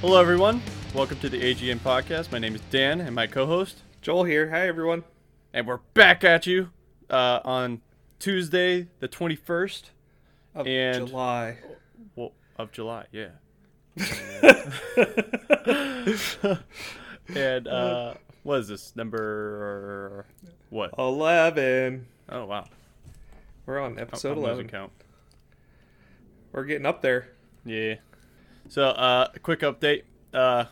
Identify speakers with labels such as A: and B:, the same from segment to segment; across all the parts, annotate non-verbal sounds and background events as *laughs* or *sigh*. A: Hello, everyone. Welcome to the AGN podcast. My name is Dan, and my co-host,
B: Joel here. Hi, everyone.
A: and we're back at you uh, on Tuesday, the twenty-first
B: Of
A: And-
B: July.
A: well, of July. Yeah. and uh, what is this number? What?
B: 11.
A: Oh wow,
B: We're on episode
A: I'm losing
B: 11.
A: count.
B: We're getting up there.
A: Yeah. So, uh, a quick update. Uh,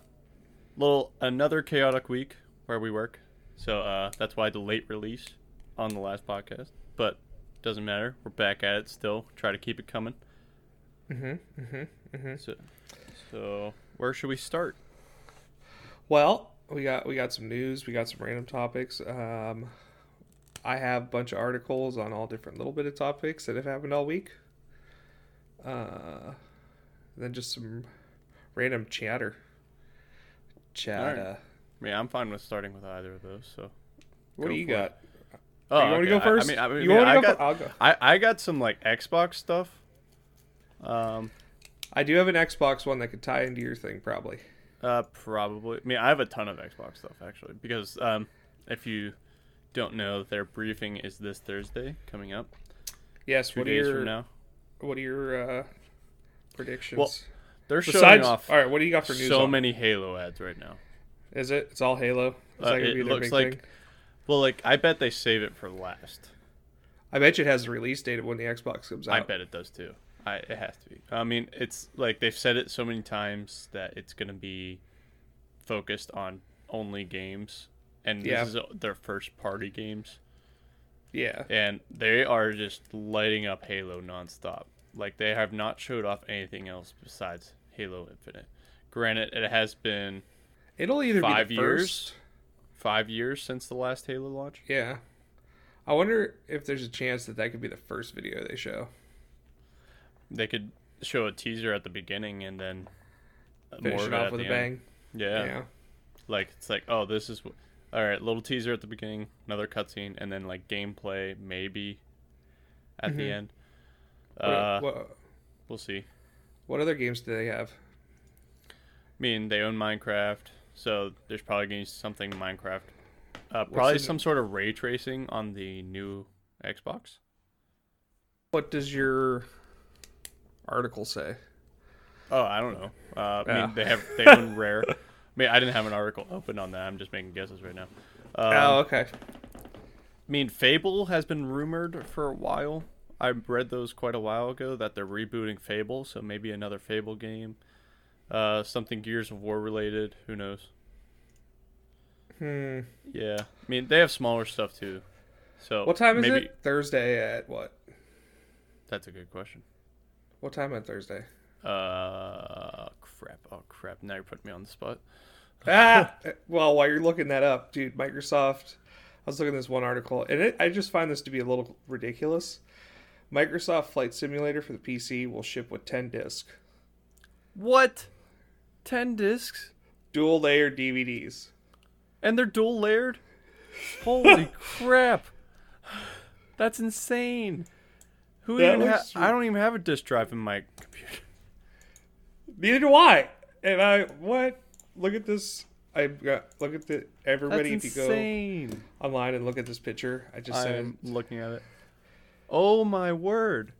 A: little another chaotic week where we work. So uh, that's why the late release on the last podcast, but doesn't matter. We're back at it still. Try to keep it coming.
B: Mm-hmm. Mm-hmm. Mm-hmm.
A: So, so where should we start?
B: Well, we got we got some news. We got some random topics. Um, I have a bunch of articles on all different little bit of topics that have happened all week. Uh, then just some random chatter. Chatter.
A: All I mean, I'm fine with starting with either of those. So,
B: What
A: Go
B: do you
A: for it.
B: got?
A: oh,
B: you want
A: okay.
B: to go first?
A: I, I mean, I mean,
B: you want
A: I
B: to go?
A: got,
B: fir- I'll go.
A: I, I got some like Xbox stuff. Um,
B: I do have an Xbox one that could tie into your thing, probably.
A: Uh, probably. I mean, I have a ton of Xbox stuff actually, because um, if you don't know, their briefing is this Thursday coming up,
B: Yes.
A: two
B: what
A: days
B: are your
A: from now.
B: What are your uh, predictions?
A: Well, They're showing
B: Besides,
A: off
B: all right. What do you got for news?
A: so
B: on-
A: many Halo ads right now.
B: Is it? It's all Halo. Is
A: Uh,
B: that gonna
A: it
B: be their
A: looks
B: big
A: like-
B: thing?
A: Well, like I bet they save it for last.
B: I bet you it has the release date of when the Xbox comes out.
A: I bet it does too. I it has to be. I mean, it's like they've said it so many times that it's gonna be focused on only games, and
B: Yeah.
A: this is their first party games.
B: Yeah.
A: and they are just lighting up Halo nonstop. Like they have not showed off anything else besides Halo Infinite. Granted, it has been
B: It'll either
A: five
B: be the
A: years?
B: First.
A: five years since the last Halo launch.
B: Yeah. I wonder if there's a chance that that could be the first video they show.
A: They could show a teaser at the beginning and then
B: Finish
A: more of it
B: it off
A: at
B: with a
A: the end.
B: bang.
A: Yeah.
B: Yeah.
A: like it's like oh, this is wh- all right. Little teaser at the beginning, another cutscene, and then like gameplay maybe at the end.
B: Mm-hmm. What,
A: Uh,
B: what,
A: we'll see.
B: what other games do they have?
A: I mean, they own Minecraft, so there's probably going to be something Minecraft. Uh, probably
B: the-
A: some sort of ray tracing on the new Xbox.
B: What does your article say?
A: Oh, I don't know. Uh, I
B: Yeah.
A: mean, they have they own *laughs* Rare. I mean, I didn't have an article open on that. I'm just making guesses right now. Um,
B: oh, okay.
A: I mean, Fable has been rumored for a while. I read those quite a while ago that they're rebooting Fable, so maybe another Fable game. Uh, something Gears of War related. Who knows?
B: Hmm.
A: Yeah. I mean, they have smaller stuff too. So
B: What time is
A: maybe,
B: it? Thursday at what?
A: That's a good question.
B: What time on Thursday?
A: Uh, crap. Oh, crap. Now you're putting me on the spot.
B: ah, *laughs* well, while you're looking that up, dude, Microsoft. I was looking at this one article, and it, I just find this to be a little ridiculous. Microsoft Flight Simulator for the PC will ship with 10 disc,
A: What? 10 discs?
B: dual layer DVDs.
A: And they're dual layered? Holy crap. That's insane. Who
B: That
A: even ha-
B: looks-
A: I don't even have a disk drive in my computer.
B: Neither do I. And I what? Look at this. I got look at the
A: That's
B: everybody. If you go
A: insane.
B: online and look at this picture, I just sent.
A: I'm looking at it. Oh my word.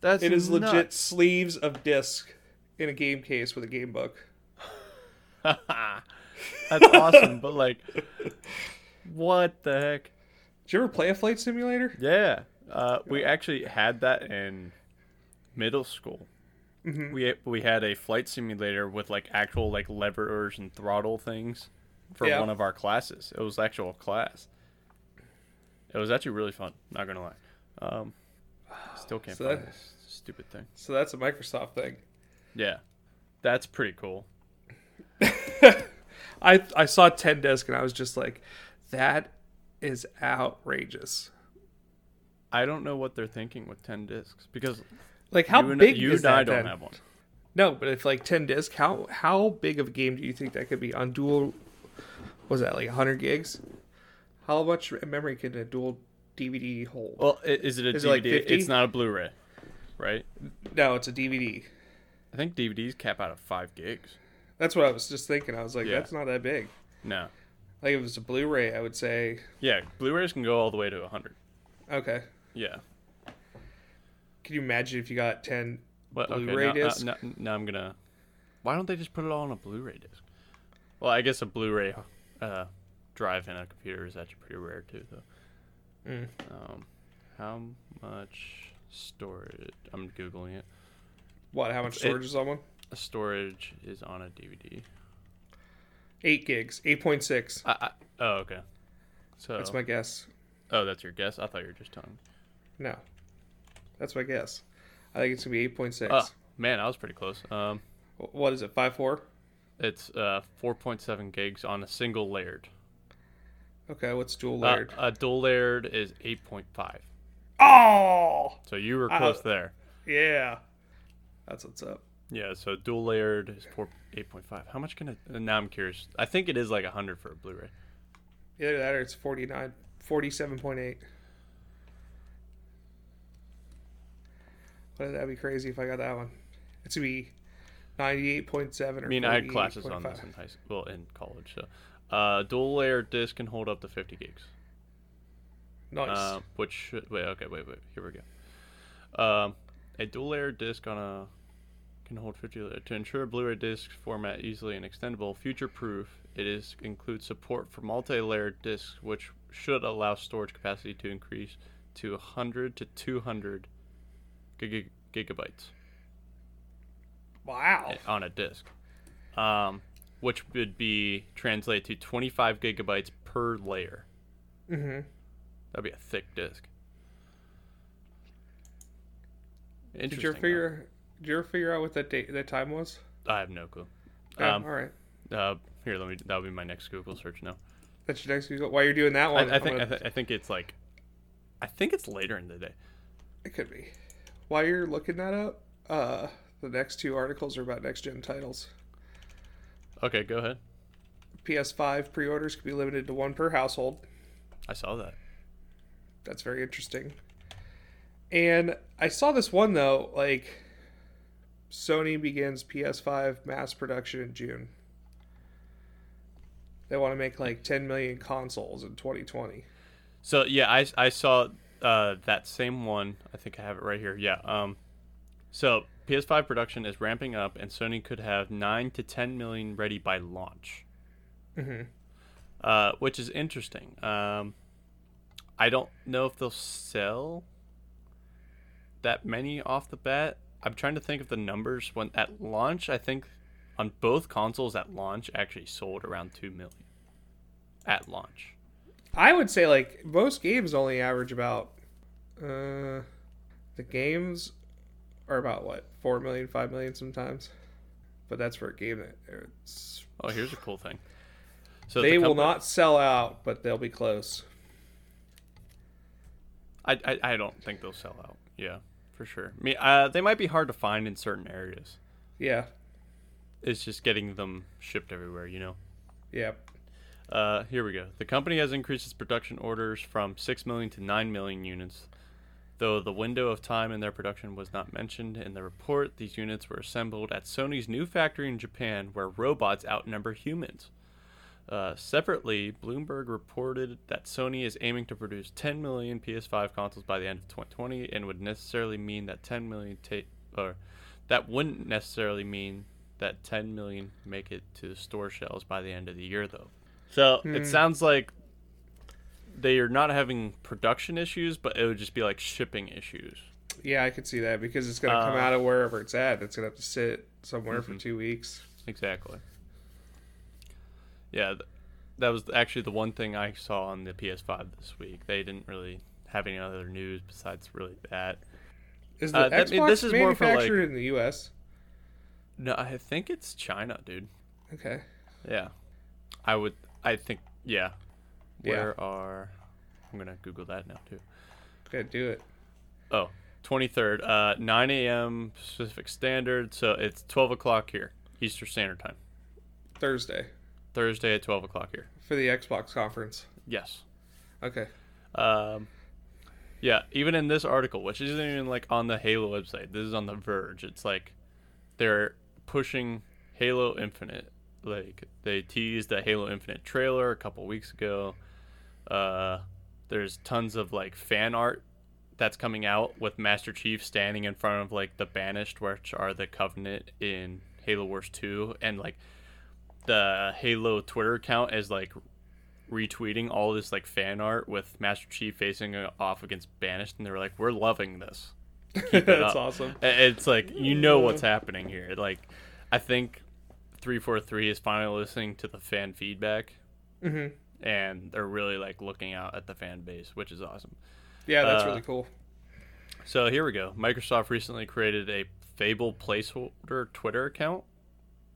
A: That's
B: It It is legit
A: nuts.
B: sleeves of disc in a game case with a game book.
A: *laughs* That's awesome, but like what the heck?
B: Did you ever play a flight simulator?
A: Yeah, uh, we actually had that in middle school.
B: Mm-hmm.
A: We we had a flight simulator with like actual like levers and throttle things for
B: Yeah.
A: one of our classes. It was actual class. It was actually really fun. Not gonna lie. Um, still can't
B: So
A: find
B: that-
A: this stupid thing.
B: So that's a Microsoft thing.
A: Yeah, that's pretty cool.
B: I I saw ten disc and I was just like, that is outrageous.
A: I don't know what they're thinking with ten discs because
B: Like how
A: you and,
B: big
A: you
B: is
A: and I
B: that?
A: don't
B: then?
A: have one.
B: No, but if like ten disc, how how big of a game do you think that could be on dual? Was that like hundred gigs? How much memory can a dual DVD hold?
A: Well, i- is it a
B: Is it,
A: DVD?
B: like, 50?
A: it's not a Blu-ray, right?
B: no, it's a DVD.
A: I think DVDs cap out at five gigs.
B: That's what I was just thinking. I was like,
A: Yeah.
B: that's not that big.
A: No.
B: Like if it was a Blu-ray, I would say,
A: Yeah, Blu-rays can go all the way to 100.
B: okay.
A: Yeah.
B: Can you imagine if you got ten?
A: But okay,
B: Blu-ray
A: now, now-
B: disc?
A: now- now I'm gonna. Why don't they just put it all on a Blu-ray disc? Well, I guess a Blu-ray uh, drive in a computer is actually pretty rare too, though.
B: Mm.
A: Um, how much storage? I'm googling it.
B: What? How much
A: It-
B: storage is on one?
A: Storage is on a DVD.
B: Eight gigs, eight point six.
A: I, I, oh, okay. So
B: That's my guess.
A: oh, that's your guess. I thought you were just telling. me.
B: No, that's my guess. I think it's gonna be eight point six.
A: Oh, man, I was pretty close. Um,
B: What is it? Five four.
A: it's uh 4.7 gigs on a single layered.
B: Okay, what's dual
A: Uh,
B: layered?
A: a dual layered is 8.5.
B: oh,
A: So you were
B: Uh,
A: close there.
B: yeah. That's what's up.
A: Yeah, so dual layered is four eight point five. How much can it? uh, Now I'm curious. I think it is like hundred for a Blu-ray.
B: Either that or it's 49, 47.8. But that'd be crazy if I got that one. It's gonna be ninety-eight point seven. Or
A: I mean, I had classes
B: 48.5.
A: on this in high school, well, in college. So, uh, dual layered disc can hold up to fifty gigs.
B: Nice.
A: Uh, which should, wait, okay, wait, wait. Here we go. Um, a dual layered disc on a can hold 50 la- to ensure Blu-ray disc format easily and extendable, future-proof. It is includes support for multi-layered discs, which should allow storage capacity to increase to 100 to 200 gig- gigabytes
B: wow.
A: on a disc, um, which would be translate to 25 gigabytes per layer.
B: Mm-hmm.
A: That'd be a thick disc.
B: Did you
A: Interesting.
B: ever figure? Did you ever figure out what that date, that time was?
A: though. I have no clue.
B: Yeah,
A: Um,
B: all right.
A: Uh, here, let me. That'll be my next Google search now.
B: That's your next Google. While you're doing that one,
A: I, I
B: I'm
A: think. I,
B: gonna-
A: th- I think it's like. I think it's later in the day.
B: it could be. While you're looking that up, uh, the next two articles are about next gen titles.
A: Okay, go ahead.
B: PS5 pre-orders could be limited to one per household.
A: I saw that.
B: That's very interesting. And I saw this one though, like Sony begins PS5 mass production in June. They want to make like 10 million consoles in 2020.
A: So yeah, I, I saw uh, that same one. I think I have it right here. Yeah. Um, so PS5 production is ramping up, and Sony could have nine to ten million ready by launch,
B: Mhm.
A: uh, which is interesting. Um, I don't know if they'll sell that many off the bat. I'm trying to think of the numbers when at launch. I think on both consoles at launch actually sold around two million at launch.
B: I would say like most games only average about uh the games are about what 4 million 5 million sometimes. But that's for a game that it's,
A: Oh, here's a cool thing. So
B: they
A: the
B: will
A: compa-
B: not sell out, but they'll be close.
A: I, I I don't think they'll sell out. Yeah, for sure. I mean, uh, they might be hard to find in certain areas.
B: Yeah.
A: It's just getting them shipped everywhere, you know.
B: Yeah.
A: Uh, here we go. The company has increased its production orders from six million to nine million units, though the window of time in their production was not mentioned in the report. These units were assembled at Sony's new factory in Japan, where robots outnumber humans. Uh, separately, Bloomberg reported that Sony is aiming to produce 10 million PS5 consoles by the end of 2020, and would necessarily mean that 10 million ta- or that wouldn't necessarily mean that 10 million make it to the store shelves by the end of the year, though. So
B: Hmm.
A: it sounds like they are not having production issues, but it would just be like shipping issues.
B: Yeah, I could see that because it's going to come
A: Uh, Mm-hmm.
B: out of wherever it's at. It's going to have to sit somewhere for two weeks.
A: Exactly. Yeah, th- that was actually the one thing I saw on the PS5 this week. They didn't really have any other news besides really that.
B: Is the
A: Uh, that-
B: Xbox
A: this is more for,
B: manufactured
A: like-
B: in the U.S.?
A: No, I think it's China, dude.
B: Okay.
A: Yeah. I would I think yeah.
B: Yeah.
A: Where are I'm going to google that now too.
B: Good, do it.
A: Oh, 23rd, uh 9 a.m. Pacific Standard, so it's 12 o'clock here, Eastern Standard Time.
B: Thursday
A: Thursday at 12 o'clock here.
B: for the Xbox conference.
A: Yes.
B: Okay. *laughs*
A: Um, yeah, even in this article, which isn't even like on the Halo website, this is on the Verge. It's like they're pushing Halo Infinite. Like they teased a Halo Infinite trailer a couple weeks ago. Uh, there's tons of like fan art that's coming out with Master Chief standing in front of like the Banished, which are the Covenant in Halo Wars 2, and like the Halo Twitter account is like retweeting all this like fan art with Master Chief facing uh, off against Banished, and they were like, "We're loving this." Keep it
B: That's
A: up."
B: awesome.
A: I- It's like you know what's happening here. Like, I think three four three is finally listening to the fan feedback,
B: hmm
A: and they're really like looking out at the fan base, which is awesome.
B: Yeah, that's
A: Uh,
B: really cool.
A: So here we go. Microsoft recently created a Fable placeholder Twitter account.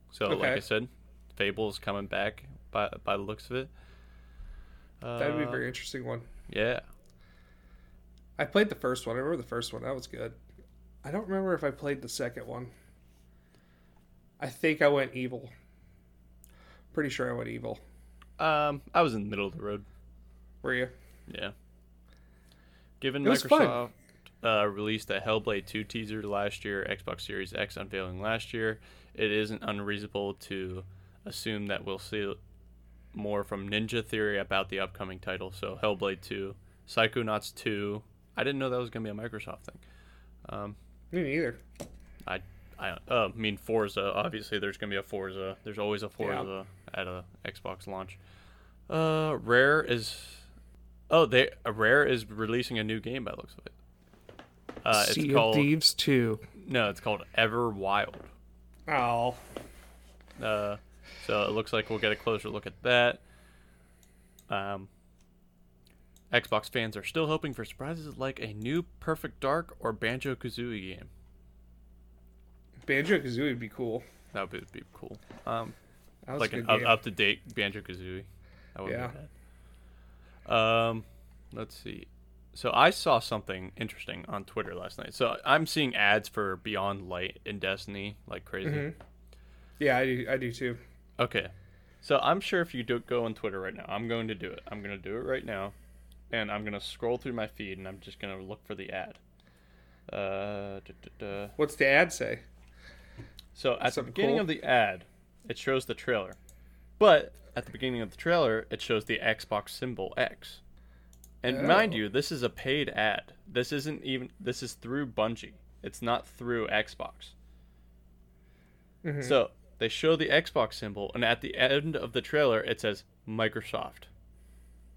A: So like
B: Okay.
A: I said, Fable's coming back by by the looks of it. Uh,
B: That'd be a very interesting one.
A: yeah.
B: I played the first one. I remember the first one. That was good. I don't remember if I played the second one. I think I went evil. Pretty sure I went evil.
A: Um, I was in the middle of the road.
B: Were you?
A: Yeah. Given
B: It was
A: Microsoft
B: fun.
A: uh, released a Hellblade 2 teaser last year, Xbox Series X unveiling last year, it isn't unreasonable to assume that we'll see more from Ninja Theory about the upcoming title. So Hellblade 2, Psychonauts 2. I didn't know that was going to be a Microsoft thing. Um,
B: Me neither.
A: I, I, uh, I mean Forza. Obviously, there's gonna be a Forza. There's always a Forza at a Xbox launch. Uh, Rare is, oh, they Rare is releasing a new game by the looks of it. Uh, it's called
B: Thieves 2.
A: no, it's called Ever Wild.
B: Oh.
A: Uh, so it looks like we'll get a closer look at that. Um, Xbox fans are still hoping for surprises like a new Perfect Dark or Banjo Kazooie game.
B: Banjo Kazooie would be cool.
A: That would be cool. Um,
B: That was
A: like
B: a
A: an
B: good
A: up,
B: game.
A: up to date Banjo Kazooie. That would
B: Yeah.
A: be bad. Um, let's see. So I saw something interesting on Twitter last night. So I'm seeing ads for Beyond Light and Destiny like crazy.
B: Mhm. Yeah, I do, I do too.
A: Okay. So I'm sure if you do go on Twitter right now, I'm going to do it. I'm going to do it right now, and I'm going to scroll through my feed and I'm just going to look for the ad. Uh, duh, duh, duh.
B: What's the ad say?
A: So at the
B: Something
A: beginning
B: cool?
A: of the ad, it shows the trailer. But at the beginning of the trailer, it shows the Xbox symbol X. And mind
B: Oh.
A: you, this is a paid ad. This isn't even this is through Bungie. It's not through Xbox.
B: Mhm.
A: So they show the Xbox symbol and at the end of the trailer it says Microsoft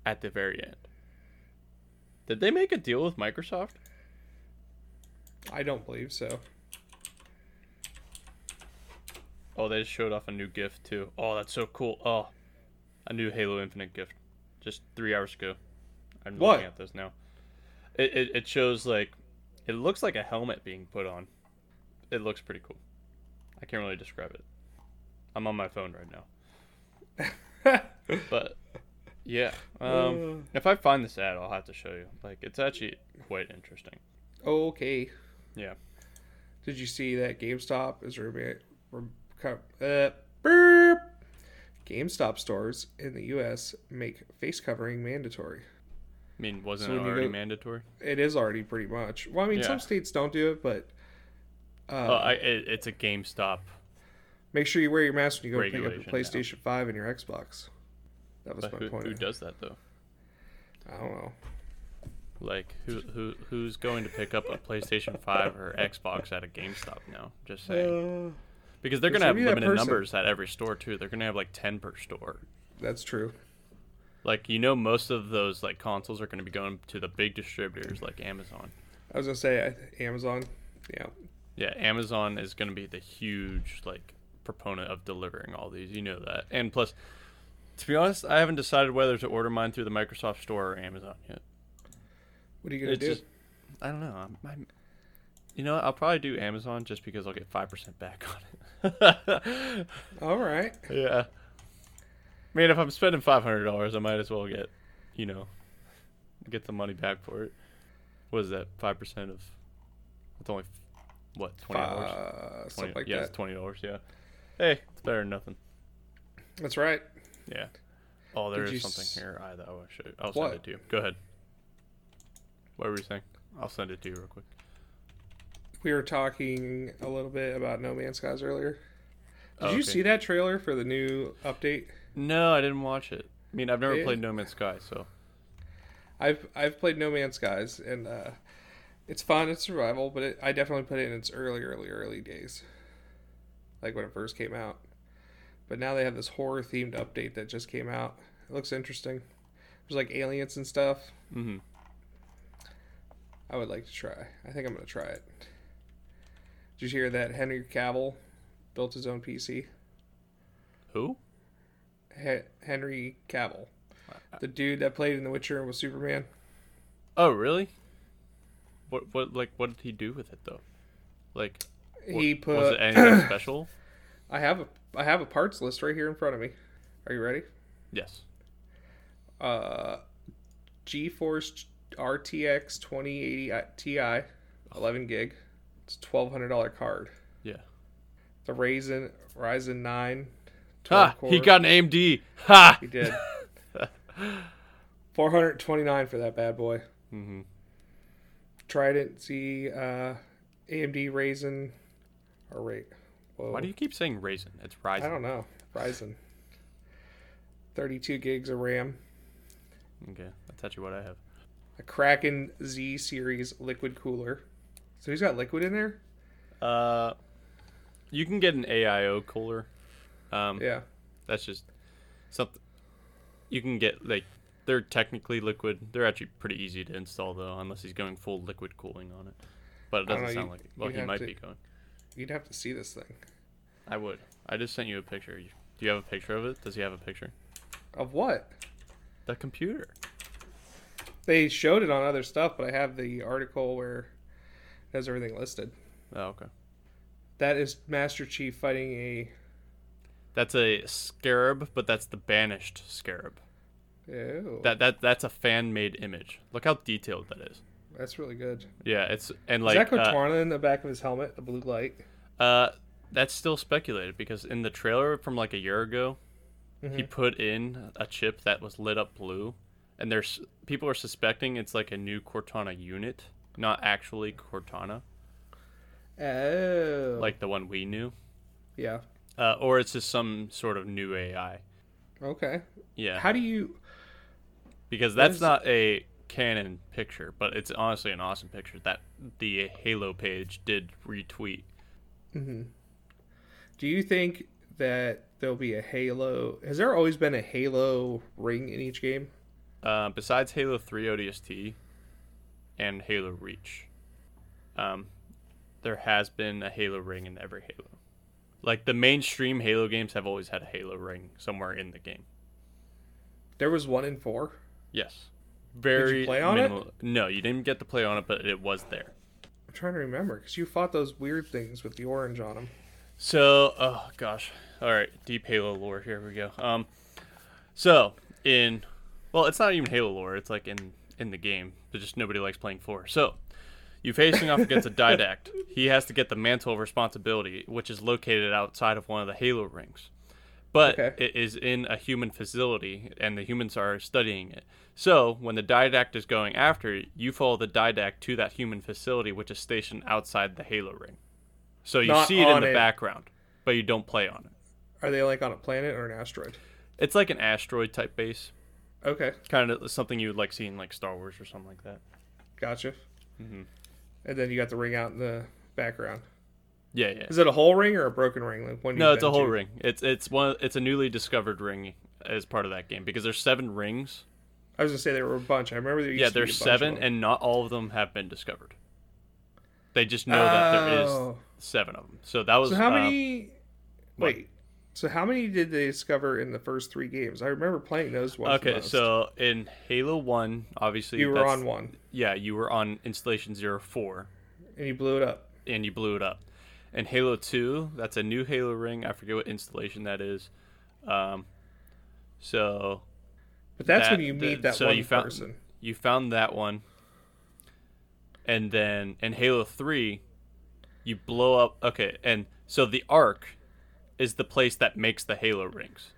A: at the very end. Did they make a deal with Microsoft?
B: I don't believe so. *laughs*
A: Oh, they just showed off a new gift too. Oh, that's so cool. Oh, a new Halo Infinite gift, just three hours ago. I'm
B: What?
A: looking at this now. It, it it shows like, it looks like a helmet being put on. It looks pretty cool. I can't really describe it. I'm on my phone right now, but
B: *laughs*
A: yeah.
B: Uh.
A: Um, if I find this ad, I'll have to show you. Like, it's actually quite interesting.
B: okay.
A: Yeah.
B: Did you see that GameStop is rema- rem- co- uh, burp. GameStop stores in the U.S. make face covering mandatory.
A: I mean, wasn't
B: So
A: it
B: when you
A: already
B: go-
A: mandatory?
B: It is already pretty much. Well, I mean,
A: Yeah.
B: some states don't do it, but uh,
A: Oh, I, it, it's a GameStop.
B: make sure you wear your mask when you go pick up your
A: Regulation now.
B: PlayStation Five and your Xbox. That was
A: But
B: my
A: who,
B: point.
A: who does that though?
B: I don't know.
A: Like who who who's going to pick up a PlayStation Five or Xbox at a GameStop now? Just saying,
B: Uh.
A: because they're
B: there's
A: gonna have
B: gonna be that
A: limited
B: person.
A: numbers at every store too. They're gonna have like ten per store.
B: That's true.
A: Like you know, most of those like consoles are gonna be going to the big distributors like Amazon.
B: I was gonna say I, Amazon. Yeah,
A: Yeah, Amazon is gonna be the huge like proponent of delivering all these. You know that, and plus, to be honest, I haven't decided whether to order mine through the Microsoft Store or Amazon yet.
B: what are you gonna
A: It's
B: do?
A: just- I don't know. I'm, I'm, you know, what? I'll probably do Amazon just because I'll get five percent back on it. *laughs*
B: All right.
A: yeah. I mean, if I'm spending five hundred dollars, I might as well get, you know, get the money back for it. What is that? Five percent of? It's only what twenty dollars.
B: Uh, something like
A: yeah,
B: that.
A: it's twenty dollars. Yeah. Hey, it's better than nothing.
B: That's right.
A: Yeah. Oh, there is
B: Did you
A: something
B: s-
A: here. I that I should. I'll
B: What?
A: send it to you. Go ahead. What were you saying? I'll send it to you real quick.
B: We were talking a little bit about No Man's Skies earlier. Did
A: Oh,
B: you
A: okay.
B: see that trailer for the new update?
A: No, I didn't watch it. I mean, I've never
B: Yeah.
A: played No Man's Sky, so
B: I've I've played No Man's Skies and uh, it's fun. It's survival, but it, I definitely put it in its early, early, early days, like when it first came out. But now they have this horror themed update that just came out. It looks interesting. There's like aliens and stuff.
A: mm-hmm.
B: I would like to try. I think I'm gonna try it. Did you hear that Henry Cavill built his own PC?
A: who?
B: He- Henry Cavill, the dude that played in The Witcher and was Superman.
A: Oh, really? What? What? Like, what did he do with it though? Like, wa-
B: He put.
A: was it
B: *coughs*
A: anything special?
B: *clears throat* I have a I have a parts list right here in front of me. Are you ready?
A: Yes.
B: Uh, GeForce RTX 2080 Ti, 11 gig. It's a $1,200 card.
A: Yeah.
B: The Ryzen Ryzen 9. 12
A: Ha! He
B: core.
A: got an AMD. Ha!
B: He *laughs* did. 429 for that bad boy.
A: Mm-hmm.
B: Trident Z, uh, AMD Ryzen, or rate.
A: Why do you keep saying raisin? It's
B: I
A: rising.
B: don't know. Ryzen. 32 gigs of RAM.
A: Okay, that's actually what I have.
B: a Kraken Z series liquid cooler. So he's got liquid in there.
A: Uh, you can get an AIO cooler. Um,
B: Yeah,
A: that's just something you can get. Like, they're technically liquid. They're actually pretty easy to install though, unless he's going full liquid cooling on it. But it
B: I don't
A: doesn't
B: know,
A: sound
B: you-
A: like. It. Well,
B: you
A: he
B: have
A: might
B: to-
A: be going.
B: you'd have to see this thing.
A: I would. I just sent you a picture. You- Do you have a picture of it? Does he have a picture?
B: Of what?
A: The computer.
B: They showed it on other stuff, but I have the article where it has everything listed.
A: Oh, okay.
B: That is Master Chief fighting a.
A: That's a scarab, but that's the banished scarab.
B: Ew,
A: That that that's a fan made image. Look how detailed that is.
B: that's really good.
A: Yeah, it's and
B: is
A: like
B: that
A: uh,
B: Cortana in the back of his helmet? The blue light.
A: uh, that's still speculated because in the trailer from like a year ago,
B: Mm-hmm.
A: he put in a chip that was lit up blue, and there's people are suspecting it's like a new Cortana unit, not actually Cortana,
B: Oh,
A: like the one we knew,
B: yeah.
A: uh, or it's just some sort of new AI.
B: Okay.
A: Yeah,
B: How do you?
A: because that's
B: is-
A: not a canon picture, but it's honestly an awesome picture that the Halo page did retweet.
B: Do you think that there'll be a Halo? Has there always been a Halo ring in each game?
A: Uh, besides Halo 3 ODST and Halo Reach, um, there has been a Halo ring in every Halo. Like the mainstream Halo games have always had a Halo ring somewhere in the game.
B: There was one in four.
A: Yes. Very
B: play on it?
A: No, you didn't get to play on it, but it was there.
B: I'm trying to remember because you fought those weird things with the orange on them.
A: So, oh gosh. All right, deep Halo lore. Here we go. Um, so in, well, it's not even Halo lore. It's like in in the game, but just nobody likes playing four. So, you facing off against a didact. He has to get the mantle of responsibility, which is located outside of one of the Halo rings, but
B: Okay.
A: it is in a human facility, and the humans are studying it. So, when the didact is going after it, you follow the didact to that human facility, which is stationed outside the Halo ring. So you
B: Not
A: see it in
B: on
A: the
B: it.
A: background, but you don't play on it.
B: Are they like on a planet or an asteroid?
A: It's like an asteroid type base,
B: Okay,
A: kind of something you would like see in like Star Wars or something like that.
B: gotcha.
A: Mm-hmm.
B: And then you got the ring out in the background.
A: Yeah, yeah.
B: Is it a whole ring or a broken ring? Like one?
A: No,
B: you've
A: it's a
B: been
A: whole
B: to?
A: ring. It's it's one. It's a newly discovered ring as part of that game because there's seven rings.
B: I was gonna say there were a bunch. I remember there. Used
A: Yeah,
B: to be
A: there's
B: a bunch of
A: seven,
B: them.
A: and not all of them have been discovered. They just know that there is
B: Oh.
A: seven of them. So that was
B: So how
A: uh,
B: many?
A: what?
B: Wait. So how many did they discover in the first three games? I remember playing those ones. the
A: Okay,
B: most.
A: so in Halo One, obviously
B: you were
A: that's-
B: on one
A: Yeah, you were on installation zero four.
B: and you blew it up.
A: and you blew it up. And Halo 2, that's a new Halo ring. I forget what installation that is. Um, so
B: But that's
A: that-
B: when you meet
A: the-
B: that
A: so
B: one
A: you found,
B: person.
A: You found that one, and then in Halo Three, you blow up. Okay, and so the Ark is the place that makes the Halo rings,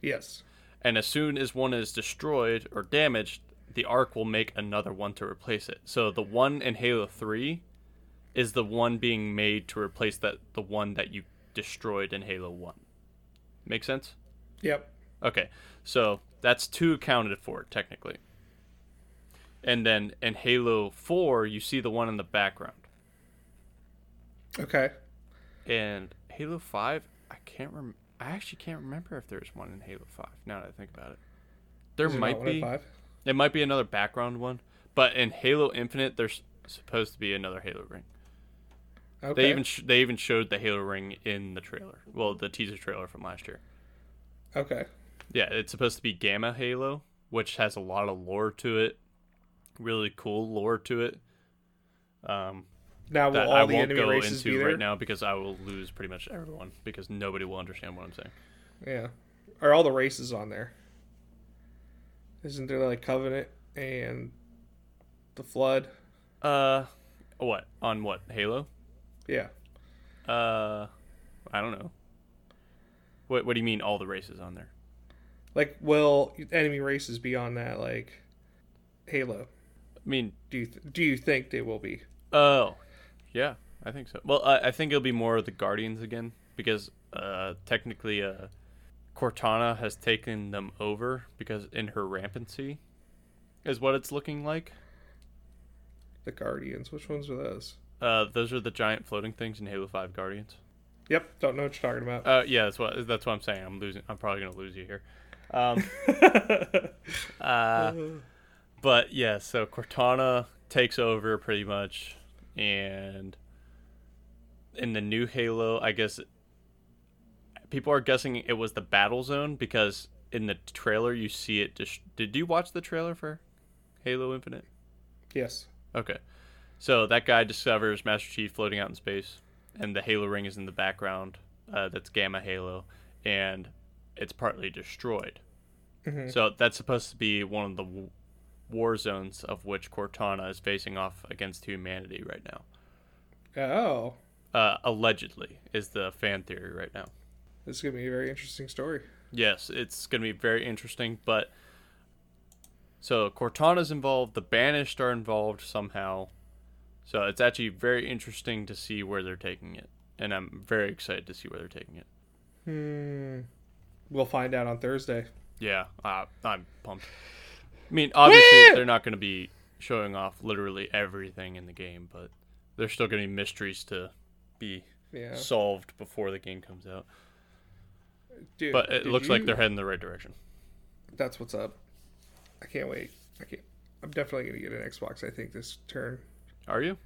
B: Yes.
A: and as soon as one is destroyed or damaged, the Ark will make another one to replace it. So the one in Halo Three is the one being made to replace that the one that you destroyed in Halo 1. Make sense?
B: Yep.
A: Okay. So that's two accounted for, technically. And then in Halo 4, you see the one in the background.
B: Okay.
A: And Halo 5, I can't rem- I actually can't remember if there's one in Halo 5 now that I think about it. There
B: Is it not
A: might
B: one in
A: be.
B: five?
A: It might be another background one, but in Halo Infinite, there's supposed to be another Halo ring.
B: Okay.
A: They even sh- they even showed the Halo ring in the trailer. Well, the teaser trailer from last year.
B: okay.
A: Yeah, it's supposed to be Gamma Halo, which has a lot of lore to it. Really cool lore to it. Um,
B: Now will
A: that
B: all
A: I
B: the
A: won't
B: enemy
A: go
B: races be
A: into
B: there?
A: right now because I will lose pretty much everyone because nobody will understand what I'm saying.
B: Yeah. Are all the races on there? Isn't there like Covenant and the Flood?
A: Uh, what on what Halo?
B: Yeah.
A: Uh, I don't know. What What do you mean all the races on there?
B: Like, will enemy races be on that? Like, Halo.
A: I mean,
B: Do you th- do you think they will be?
A: Oh, yeah, I think so. Well, I, I think it'll be more of the Guardians again because uh, technically, uh, Cortana has taken them over because in her rampancy, is what it's looking like.
B: The Guardians. Which ones are those?
A: Uh, those are the giant floating things in Halo Five Guardians.
B: Yep. Don't know what you're talking about.
A: Uh, yeah, that's what that's what I'm saying. I'm losing. I'm probably gonna lose you here. Um, uh, but yeah, so Cortana takes over pretty much, and in the new Halo, I guess people are guessing it was the Battle Zone because in the trailer you see it. Just did you watch the trailer for Halo Infinite?
B: yes.
A: Okay. So that guy discovers Master Chief floating out in space, and the Halo ring is in the background. Uh, that's Gamma Halo, and it's partly destroyed.
B: Mhm.
A: So that's supposed to be one of the w- war zones of which Cortana is facing off against humanity right now.
B: Oh,
A: Uh, allegedly, is the fan theory right now.
B: this is gonna be a very interesting story.
A: Yes, it's going to be very interesting. But so Cortana's involved, the Banished are involved somehow. So it's actually very interesting to see where they're taking it, and I'm very excited to see where they're taking it.
B: Hmm. We'll find out on Thursday.
A: Yeah, uh, I'm pumped. I mean, obviously
B: Woo!
A: they're not going to be showing off literally everything in the game, but there's still going to be mysteries to be
B: Yeah.
A: solved before the game comes out.
B: Dude,
A: But it
B: did
A: looks like
B: you-
A: they're heading the right direction.
B: That's what's up. I can't wait. I can't. I'm definitely gonna get an Xbox. I think this turn
A: Are you?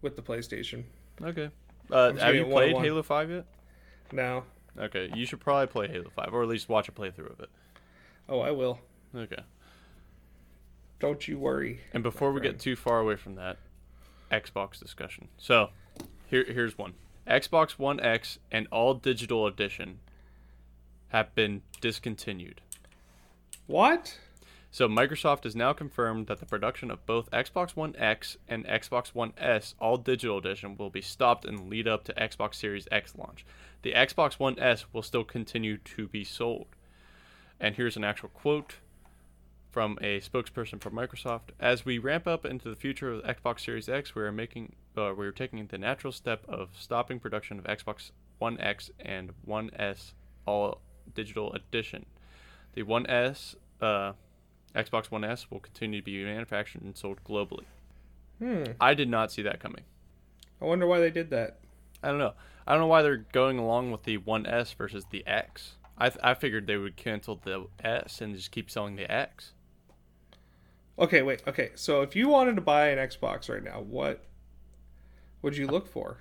B: with the PlayStation.
A: Okay. Uh,
B: just
A: have
B: gonna
A: you
B: get one on
A: played
B: one.
A: Halo 5 yet?
B: Now,
A: Okay, you should probably play Halo 5, or at least watch a playthrough of it.
B: oh, I will.
A: Okay.
B: Don't you worry.
A: And before we get
B: friend.
A: too far away from that Xbox discussion, so here here's one: Xbox One X and all digital edition have been discontinued.
B: What?
A: So Microsoft has now confirmed that the production of both Xbox One X and Xbox One S all digital edition will be stopped in the lead up to Xbox Series X launch. The Xbox One S will still continue to be sold. And here's an actual quote from a spokesperson for Microsoft: "As we ramp up into the future of Xbox Series X, we are making, uh, we are taking the natural step of stopping production of Xbox One X and One S all digital edition. The One S, uh, Xbox One S will continue to be manufactured and sold globally.
B: Hmm.
A: I did not see that coming.
B: I wonder why they did that.
A: I don't know. I don't know why they're going along with the One S versus the X. I th- I figured they would cancel the S and just keep selling the X.
B: Okay, wait. Okay, so if you wanted to buy an Xbox right now, what would you look for?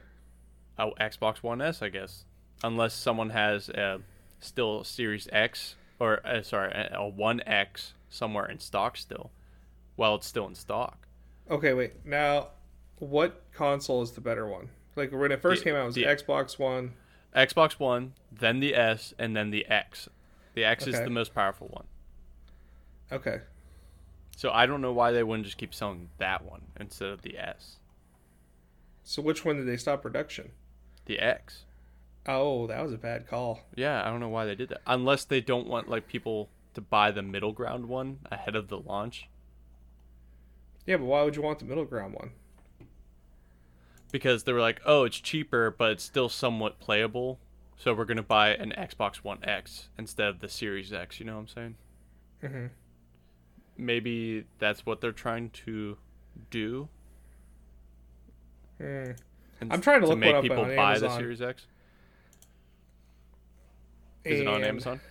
A: Oh, Xbox One S, I guess. Unless someone has a still Series X or uh, sorry, a a One X somewhere in stock still, while it's still in stock.
B: Okay, wait. Now, what console is the better one? Like when it first
A: The-
B: came out, it was the
A: the-
B: Xbox One.
A: Xbox One, then the S, and then the X. The X is
B: Okay.
A: the most powerful one.
B: Okay,
A: So I don't know why they wouldn't just keep selling that one instead of the S,
B: so which one did they stop production?
A: the X.
B: Oh, that was a bad call.
A: Yeah, I don't know why they did that. Unless they don't want like people to buy the middle ground one ahead of the launch,
B: Yeah, but why would you want the middle ground one?
A: because they were like, "Oh, it's cheaper, but it's still somewhat playable." So we're gonna buy an Xbox One X instead of the Series X. You know what I'm saying?
B: Mm-hmm.
A: Maybe that's what they're trying to do.
B: Mm.
A: and
B: I'm trying to look
A: make
B: one up
A: people
B: on
A: buy the
B: Amazon.
A: Series X. Is it on
B: And-
A: Amazon?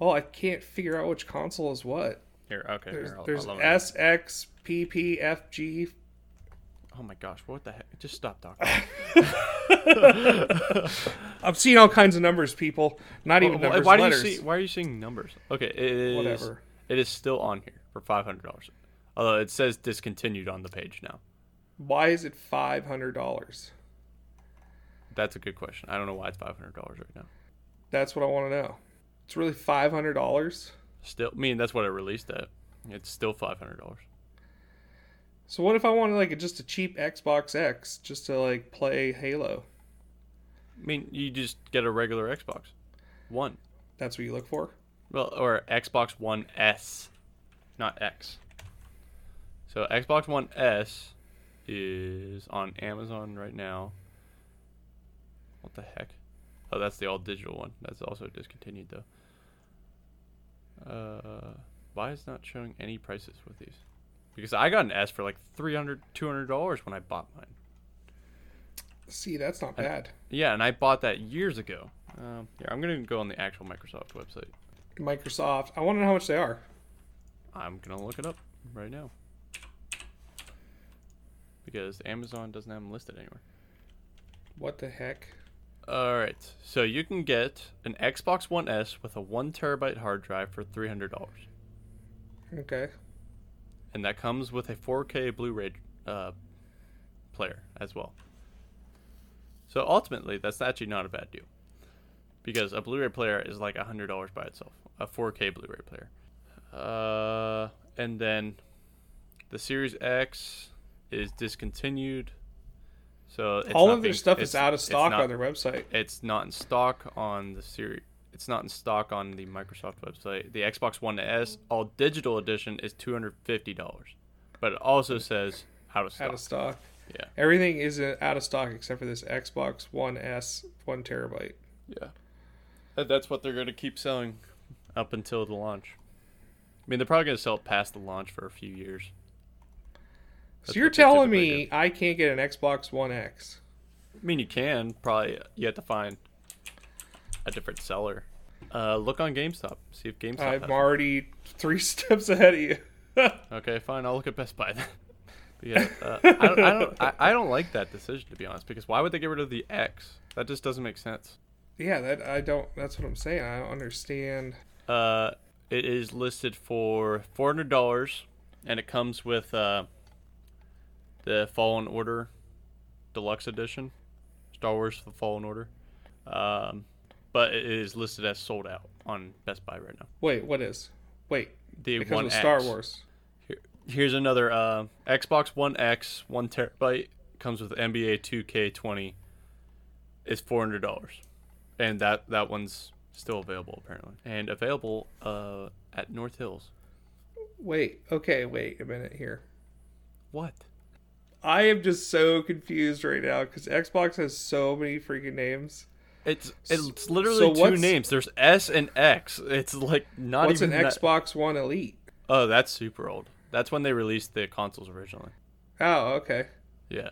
B: Oh, I can't figure out which console is what.
A: Here, okay.
B: There's,
A: here, I'll,
B: there's
A: I'll look it up.
B: S X P P F G.
A: Oh my gosh, what the heck? Just stop talking.
B: I've seen all kinds of numbers, people. Not even
A: Why-
B: numbers,
A: why
B: letters.
A: do you see? Why are you seeing numbers? Okay, it is.
B: Whatever.
A: It is still on here for five hundred dollars, although it says discontinued on the page now.
B: Why is it five hundred dollars?
A: That's a good question. I don't know why it's five hundred dollars right now.
B: That's what I want to know. It's really five hundred dollars.
A: Still, I mean that's what it released at. It's still five hundred dollars.
B: So what if I wanted like just a cheap Xbox X just to like play Halo?
A: I mean, you just get a regular Xbox One,
B: That's what you look for.
A: well, or Xbox One S, not X. So Xbox One S is on Amazon right now. What the heck? Oh, that's the all digital one. That's also discontinued though. Uh, why is it not showing any prices with these? Because I got an S for like 300 dollars when I bought mine.
B: See, that's not
A: I-
B: bad.
A: Yeah, and I bought that years ago. Um, yeah, I'm gonna go on the actual Microsoft website.
B: Microsoft. I want to know how much they are.
A: I'm gonna look it up right now because Amazon doesn't have them listed anywhere.
B: What the heck?
A: All right, so you can get an Xbox One S with a one terabyte hard drive for three hundred dollars,
B: Okay.
A: and that comes with a 4K Blu-ray uh, player as well. So ultimately, that's actually not a bad deal because a Blu-ray player is like hundred dollars by itself. A 4K Blu-ray player, uh, and then the Series X is discontinued. So it's
B: All
A: not
B: of their
A: being-
B: stuff is
A: it's-
B: out of
A: it's
B: stock
A: not-
B: on their website.
A: It's not in stock on the series. It's not in stock on the Microsoft website. The Xbox One S All Digital Edition is two hundred fifty dollars, but it also says out of stock.
B: Out of stock.
A: Yeah.
B: Everything is uh, out of stock except for this Xbox One S one terabyte.
A: Yeah. That- That's what they're going to keep selling up until the launch. I mean, they're probably going to sell it past the launch for a few years.
B: So
A: That's
B: you're
A: what they
B: telling
A: typically
B: me I can't get an Xbox One X?
A: I mean, you can probably you have to find a different seller. Uh, look on GameStop. See if
B: *laughs*
A: GameStop. has
B: I'm
A: it.
B: already three *laughs* steps ahead of you.
A: Okay, fine. I'll look at Best Buy then. *laughs* But yeah,
B: *laughs*
A: uh, I, don't, I don't. I, I don't like that decision to be honest, because why would they get rid of the X? That just doesn't make sense.
B: yeah, that I don't. That's what I'm saying. I don't understand.
A: Uh, it is listed for four hundred dollars, and it comes with uh, the Fallen Order Deluxe Edition, Star Wars: The Fallen Order. Um, but it is listed as sold out on Best Buy right now.
B: Wait, what is? Wait,
A: The
B: because
A: one
B: of Star
A: X.
B: Wars.
A: Here, here's another uh, Xbox One X, one terabyte, comes with NBA 2K20. It's four hundred dollars, and that that one's still available apparently, and available uh, at North Hills.
B: Wait, okay, wait a minute here.
A: What?
B: I am just so confused right now because Xbox has so many freaking names.
A: It's
B: S-
A: it's literally
B: so
A: two
B: what's-
A: names. There's S and X. It's like not
B: What's an
A: even that-
B: Xbox One Elite?
A: Oh, that's super old. That's when they released the consoles originally.
B: Oh, okay.
A: Yeah,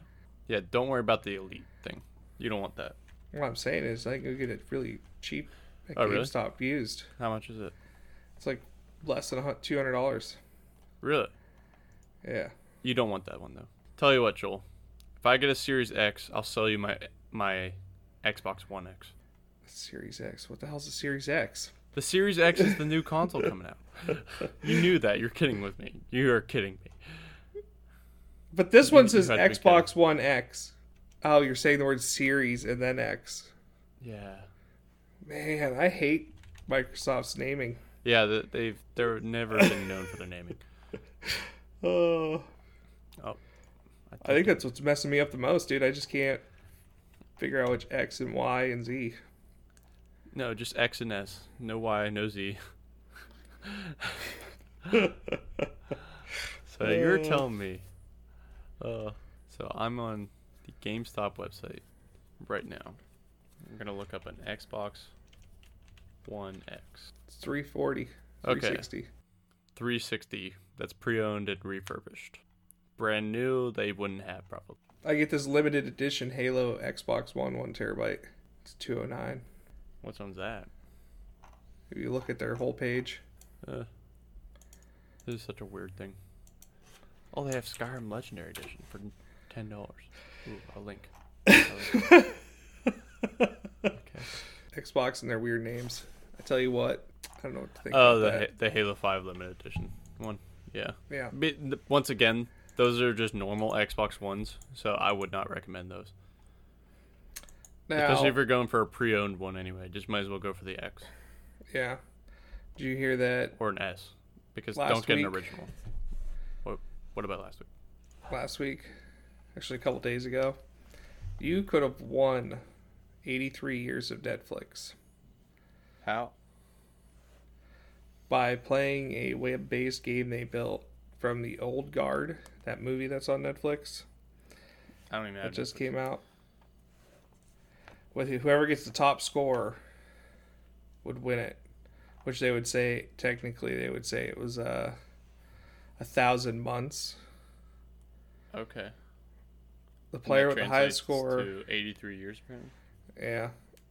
A: yeah. Don't worry about the elite thing. You don't want that.
B: What I'm saying is, I can go get it really cheap at
A: Oh, really?
B: GameStop used.
A: How much is it?
B: It's like less than two hundred dollars.
A: Really?
B: Yeah.
A: You don't want that one though. Tell you what, Joel. If I get a Series X, I'll sell you my my Xbox One X.
B: Series X. What the hell's a Series X?
A: The Series X is
B: *laughs*
A: the new console coming out. You knew that. You're kidding with me. You are kidding me.
B: But this one
A: you
B: says
A: had me
B: Xbox One X. Oh, you're saying the word series and then X.
A: Yeah.
B: Man, I hate Microsoft's naming.
A: Yeah. th- They've they're never been known for their
B: *laughs*
A: naming.
B: Oh, I think that's what's messing me up the most, dude. I just can't figure out which X and Y
A: *laughs*
B: and Z.
A: No, just X and S. No Y, no Z. *laughs* so you're
B: Uh.
A: telling me. Uh, so I'm on the GameStop website right now. I'm gonna look up an Xbox One X.
B: It's 340,
A: Okay.
B: 360.
A: 360. That's pre-owned and refurbished. Brand new, they wouldn't have probably.
B: I get this limited edition Halo Xbox One one terabyte. It's 209.
A: What's on that?
B: If you look at their whole page,
A: Uh, this is such a weird thing. Oh, they have Skyrim Legendary Edition for ten dollars. Ooh, a link. A link. okay.
B: Xbox and their weird names. I tell you what, I don't know what to think.
A: Oh, the
B: about
A: Ha- the Halo Five Limited Edition one. Yeah.
B: that. yeah.
A: Be- th- Once again, those are just normal Xbox ones, so I would not recommend those. Especially if
B: Now,
A: you're going for a pre-owned one anyway, just might as well go for the X
B: yeah. Did you hear that
A: or an S, because
B: Last
A: don't get an
B: week-
A: original. What, what about last week?
B: last week? Actually, a couple days ago. You could have won 83 years of Netflix
A: How?
B: by playing a web-based game they built from the Old Guard, that movie that's on Netflix.
A: I don't even
B: that
A: have.
B: just came out. With whoever gets the top score would win it, which they would say technically they would say it was uh, a thousand months.
A: Okay.
B: The player with the highest score,
A: to 83 years apparently.
B: yeah,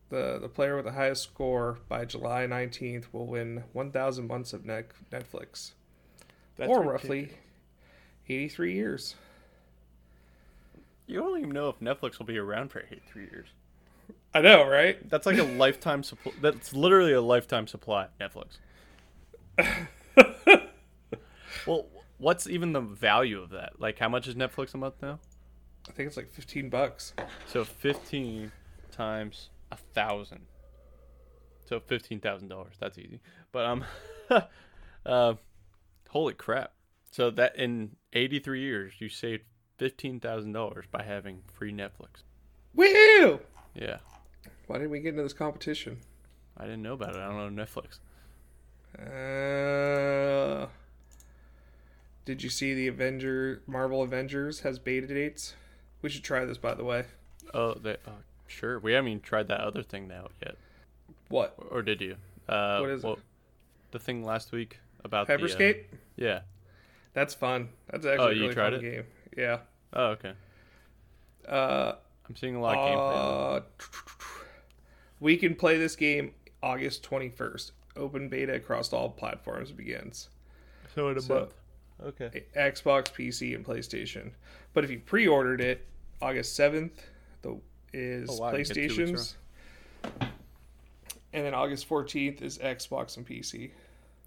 B: the the player with the highest score by July nineteenth will win one thousand months of net, Netflix, or roughly eighty three years.
A: You don't even know if Netflix will be around for 83 years.
B: I know, right?
A: That's
B: *laughs*
A: like a lifetime supply. That's literally a lifetime supply.
B: *laughs*
A: Netflix. well, what's even the value of that? Like, how much is Netflix a month now?
B: I think it's like fifteen bucks.
A: So 15 times a thousand. So fifteen thousand dollars. That's easy. But um, *laughs* uh, holy crap! So that in 83 years, you saved fifteen thousand dollars by having free Netflix.
B: Woo!
A: Yeah,
B: Why didn't we get into this competition?
A: I didn't know about it. I don't own Netflix.
B: Uh, did you see the Avenger Marvel Avengers has beta dates? We should try this, by the way.
A: Oh, they, oh sure. We haven't even tried that other thing out yet,
B: What?
A: or did you? Uh,
B: What is it?
A: The thing last week about the, uh,
B: Hyperscape?
A: yeah.
B: That's fun. That's actually
A: Oh,
B: a
A: you
B: really
A: tried
B: fun
A: it?
B: game. Yeah.
A: Oh, okay.
B: Uh,
A: I'm seeing a lot of gameplay.
B: uh, we can play this game August twenty first. Open beta across all platforms begins.
A: So in a
B: so-
A: month. Okay.
B: Xbox, PC, and PlayStation. But if you pre-ordered it, August seventh, the is
A: Oh, wow, you get two weeks
B: PlayStation's, and then August fourteenth is Xbox and PC.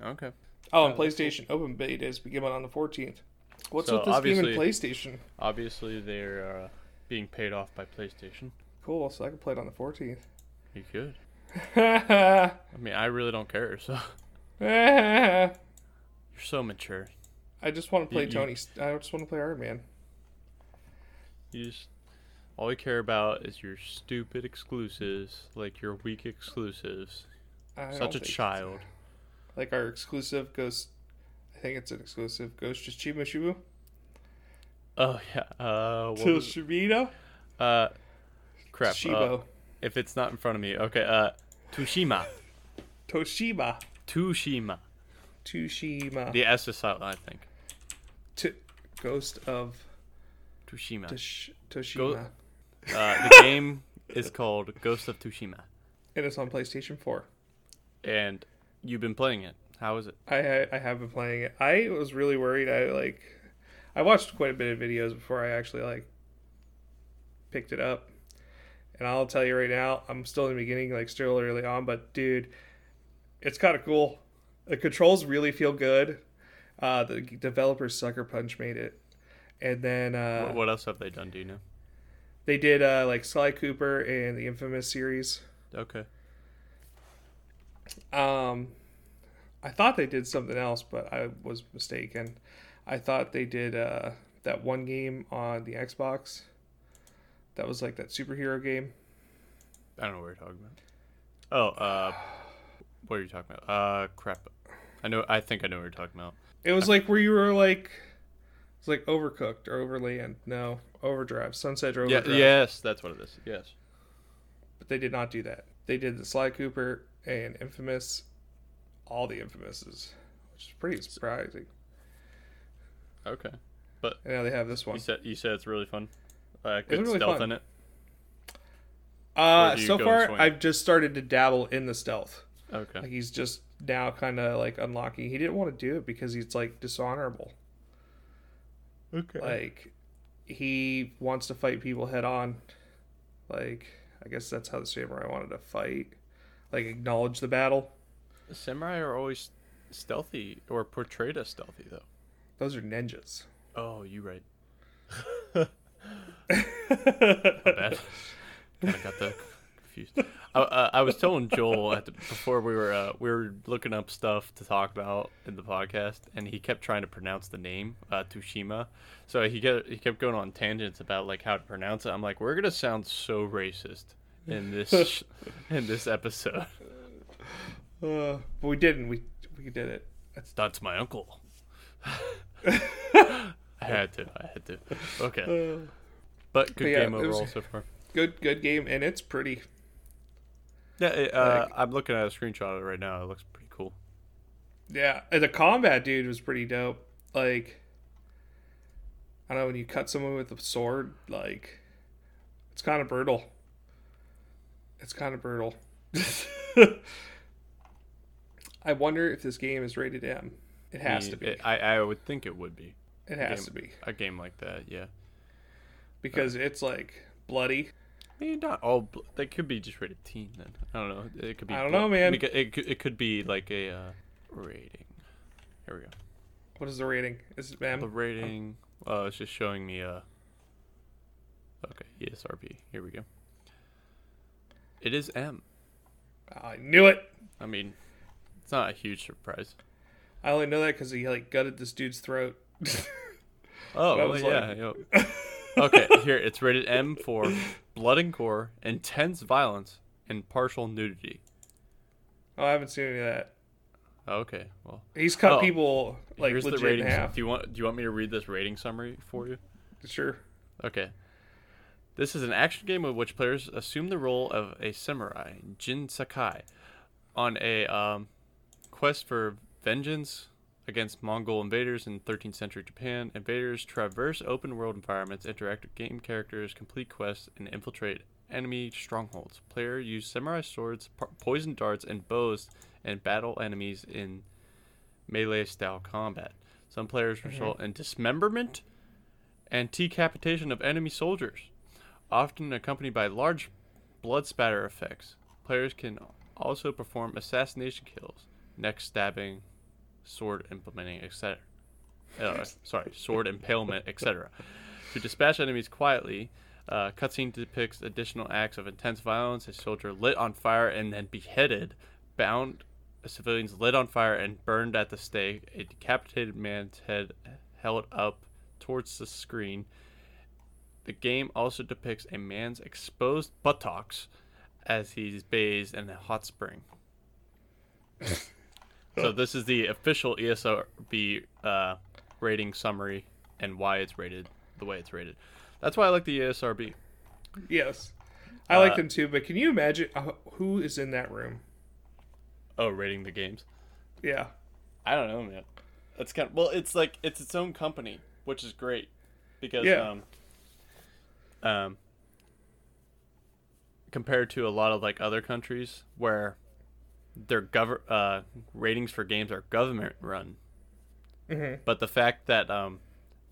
A: Okay.
B: Oh, and PlayStation open beta is beginning on the fourteenth. What's
A: So
B: with this game and
A: obviously-
B: PlayStation?
A: Obviously, they're uh, being paid off by PlayStation.
B: Cool, so I can play it on the fourteenth. *laughs*
A: You could. I mean, I really don't care. So *laughs*
B: I
A: you're so mature.
B: just want to play
A: You- you-
B: Tony. I just want to play Iron Man.
A: You just all you care about is your stupid exclusives, like your weak exclusives.
B: I don't
A: Such a
B: think-
A: child.
B: Like our exclusive Ghost. I think it's an exclusive Ghost Chibu Chibu.
A: Oh yeah. Uh. What
B: Till *laughs*
A: was-
B: Shibita?
A: uh. Crap. Uh,
B: Toshiba.
A: if it's not in front of me, okay. Uh. Tushima.
B: Toshiba.
A: Tushima.
B: Tushima.
A: The S is silent, I think.
B: T- Ghost of
A: Tushima.
B: Tosh- Toshima.
A: Go- Uh, the *laughs* game is called Ghost of Tushima,
B: and it's on PlayStation 4.
A: and you've been playing it. How is it?
B: I ha- I have been playing it. I was really worried. I like I watched quite a bit of videos before I actually like picked it up. And I'll tell you right now, I'm still in the beginning, like still early on, but dude, it's kind of cool. The controls really feel good. Uh, the developer Sucker Punch made it, and then uh,
A: What, what else have they done? Do you know?
B: They did uh, like Sly Cooper and the Infamous series.
A: Okay.
B: Um, I thought they did something else, but I was mistaken. I thought they did uh, that one game on the Xbox. That was like that superhero game.
A: I don't know what you're talking about. Oh, uh, what are you talking about? Uh, crap. I know. I think I know what you're talking about.
B: It was like where you were like, it's like Overcooked or Overland. No, Overdrive, Sunset
A: Yeah.
B: Overdrive.
A: Yes, that's what it is. Yes.
B: but they did not do that. They did the Sly Cooper and Infamous, all the Infamouses, which is pretty surprising.
A: Okay.
B: And now they have this one.
A: You said you said it's really fun. Uh, good
B: really
A: stealth in
B: fun.
A: it.
B: Uh,
A: do you
B: so
A: go
B: far,
A: swinging?
B: I've just started to dabble in the stealth.
A: Okay.
B: Like he's just now kind of like unlocking. He didn't want to do it because he's like dishonorable.
A: Okay.
B: Like he wants to fight people head on. Like I guess that's how the samurai wanted to fight. Like acknowledge the battle.
A: Samurai are always stealthy or portrayed as stealthy though.
B: Those are ninjas.
A: Oh, you right.
B: Bad.
A: Bad. *laughs* Kinda got the confused. I, uh, I was telling Joel at the, before we were uh, we were looking up stuff to talk about in the podcast, and he kept trying to pronounce the name uh, Tushima. So he kept he kept going on tangents about like how to pronounce it. I'm like, we're gonna sound so racist in this in this episode.
B: Uh, but we didn't. We we did it. That's
A: That's my uncle. *laughs* I had to. I had to. Okay,
B: uh,
A: but good
B: But yeah,
A: game
B: it was-
A: overall so far.
B: good. Good game, and it's pretty.
A: Yeah, it, uh, I'm looking at a screenshot of it right now. It looks pretty cool.
B: Yeah, and the combat dude was pretty dope. Like, I don't know when you cut someone with a sword, like, it's kind of brutal. It's kind of brutal. *laughs* I wonder if this game is rated M. It has
A: Me-
B: to be.
A: it- I, I would think it would be
B: It has
A: game-
B: to be
A: a game like that. Yeah,
B: because
A: Uh,
B: it's like bloody.
A: I mean, not all. Bl- they could be just rated teen. Then I don't know. It could be.
B: I don't
A: bl-
B: know, man.
A: It could, it could, it could be like a uh, rating. Here we go.
B: What is the rating? Is it
A: The
B: M?
A: rating. Oh, it's just showing me. Uh. Okay. E ESRB. Here we go. It is M.
B: I knew it.
A: I mean, it's not a huge surprise.
B: I only know that because he like gutted this dude's throat. *laughs*
A: Oh,
B: That
A: well,
B: was
A: yeah.
B: *laughs*
A: yep. okay, here it's rated M for blood and gore, intense violence, and partial nudity.
B: oh, I haven't seen any of that.
A: Okay, well,
B: He's cut
A: Oh.
B: people like
A: here's the
B: legit in
A: rating.
B: half.
A: Do you want Do you want me to read this rating summary for you?
B: Sure.
A: Okay. This is an action game in which players assume the role of a samurai, Jin Sakai, on a um, quest for vengeance against Mongol invaders in 13th century Japan. Invaders traverse open world environments, interact with game characters, complete quests, and infiltrate enemy strongholds. Player use samurai swords, po- poison darts, and bows and battle enemies in melee style combat. Some players result in dismemberment and decapitation of enemy soldiers, often accompanied by large blood spatter effects. Players can also perform assassination kills, neck stabbing, sword implementing, etc. Uh, sorry, sword impalement, etc. To dispatch enemies quietly, uh, cutscene depicts additional acts of intense violence: a soldier lit on fire and then beheaded, bound civilians lit on fire and burned at the stake, a decapitated man's head held up towards the screen. The game also depicts a man's exposed buttocks as he's bathed in a hot spring. so this is the official E ESRB uh, rating summary and why it's rated the way it's rated. That's why I like the E ESRB.
B: Yes. I like
A: Uh,
B: them too, but can you imagine uh, who is in that room?
A: Oh, rating the games.
B: Yeah.
A: I don't know, man. That's kind of well. It's like it's its own company, which is great because
B: Yeah.
A: um, um, compared to a lot of like other countries where their govern uh, ratings for games are government run,
B: Mhm.
A: but the fact that um,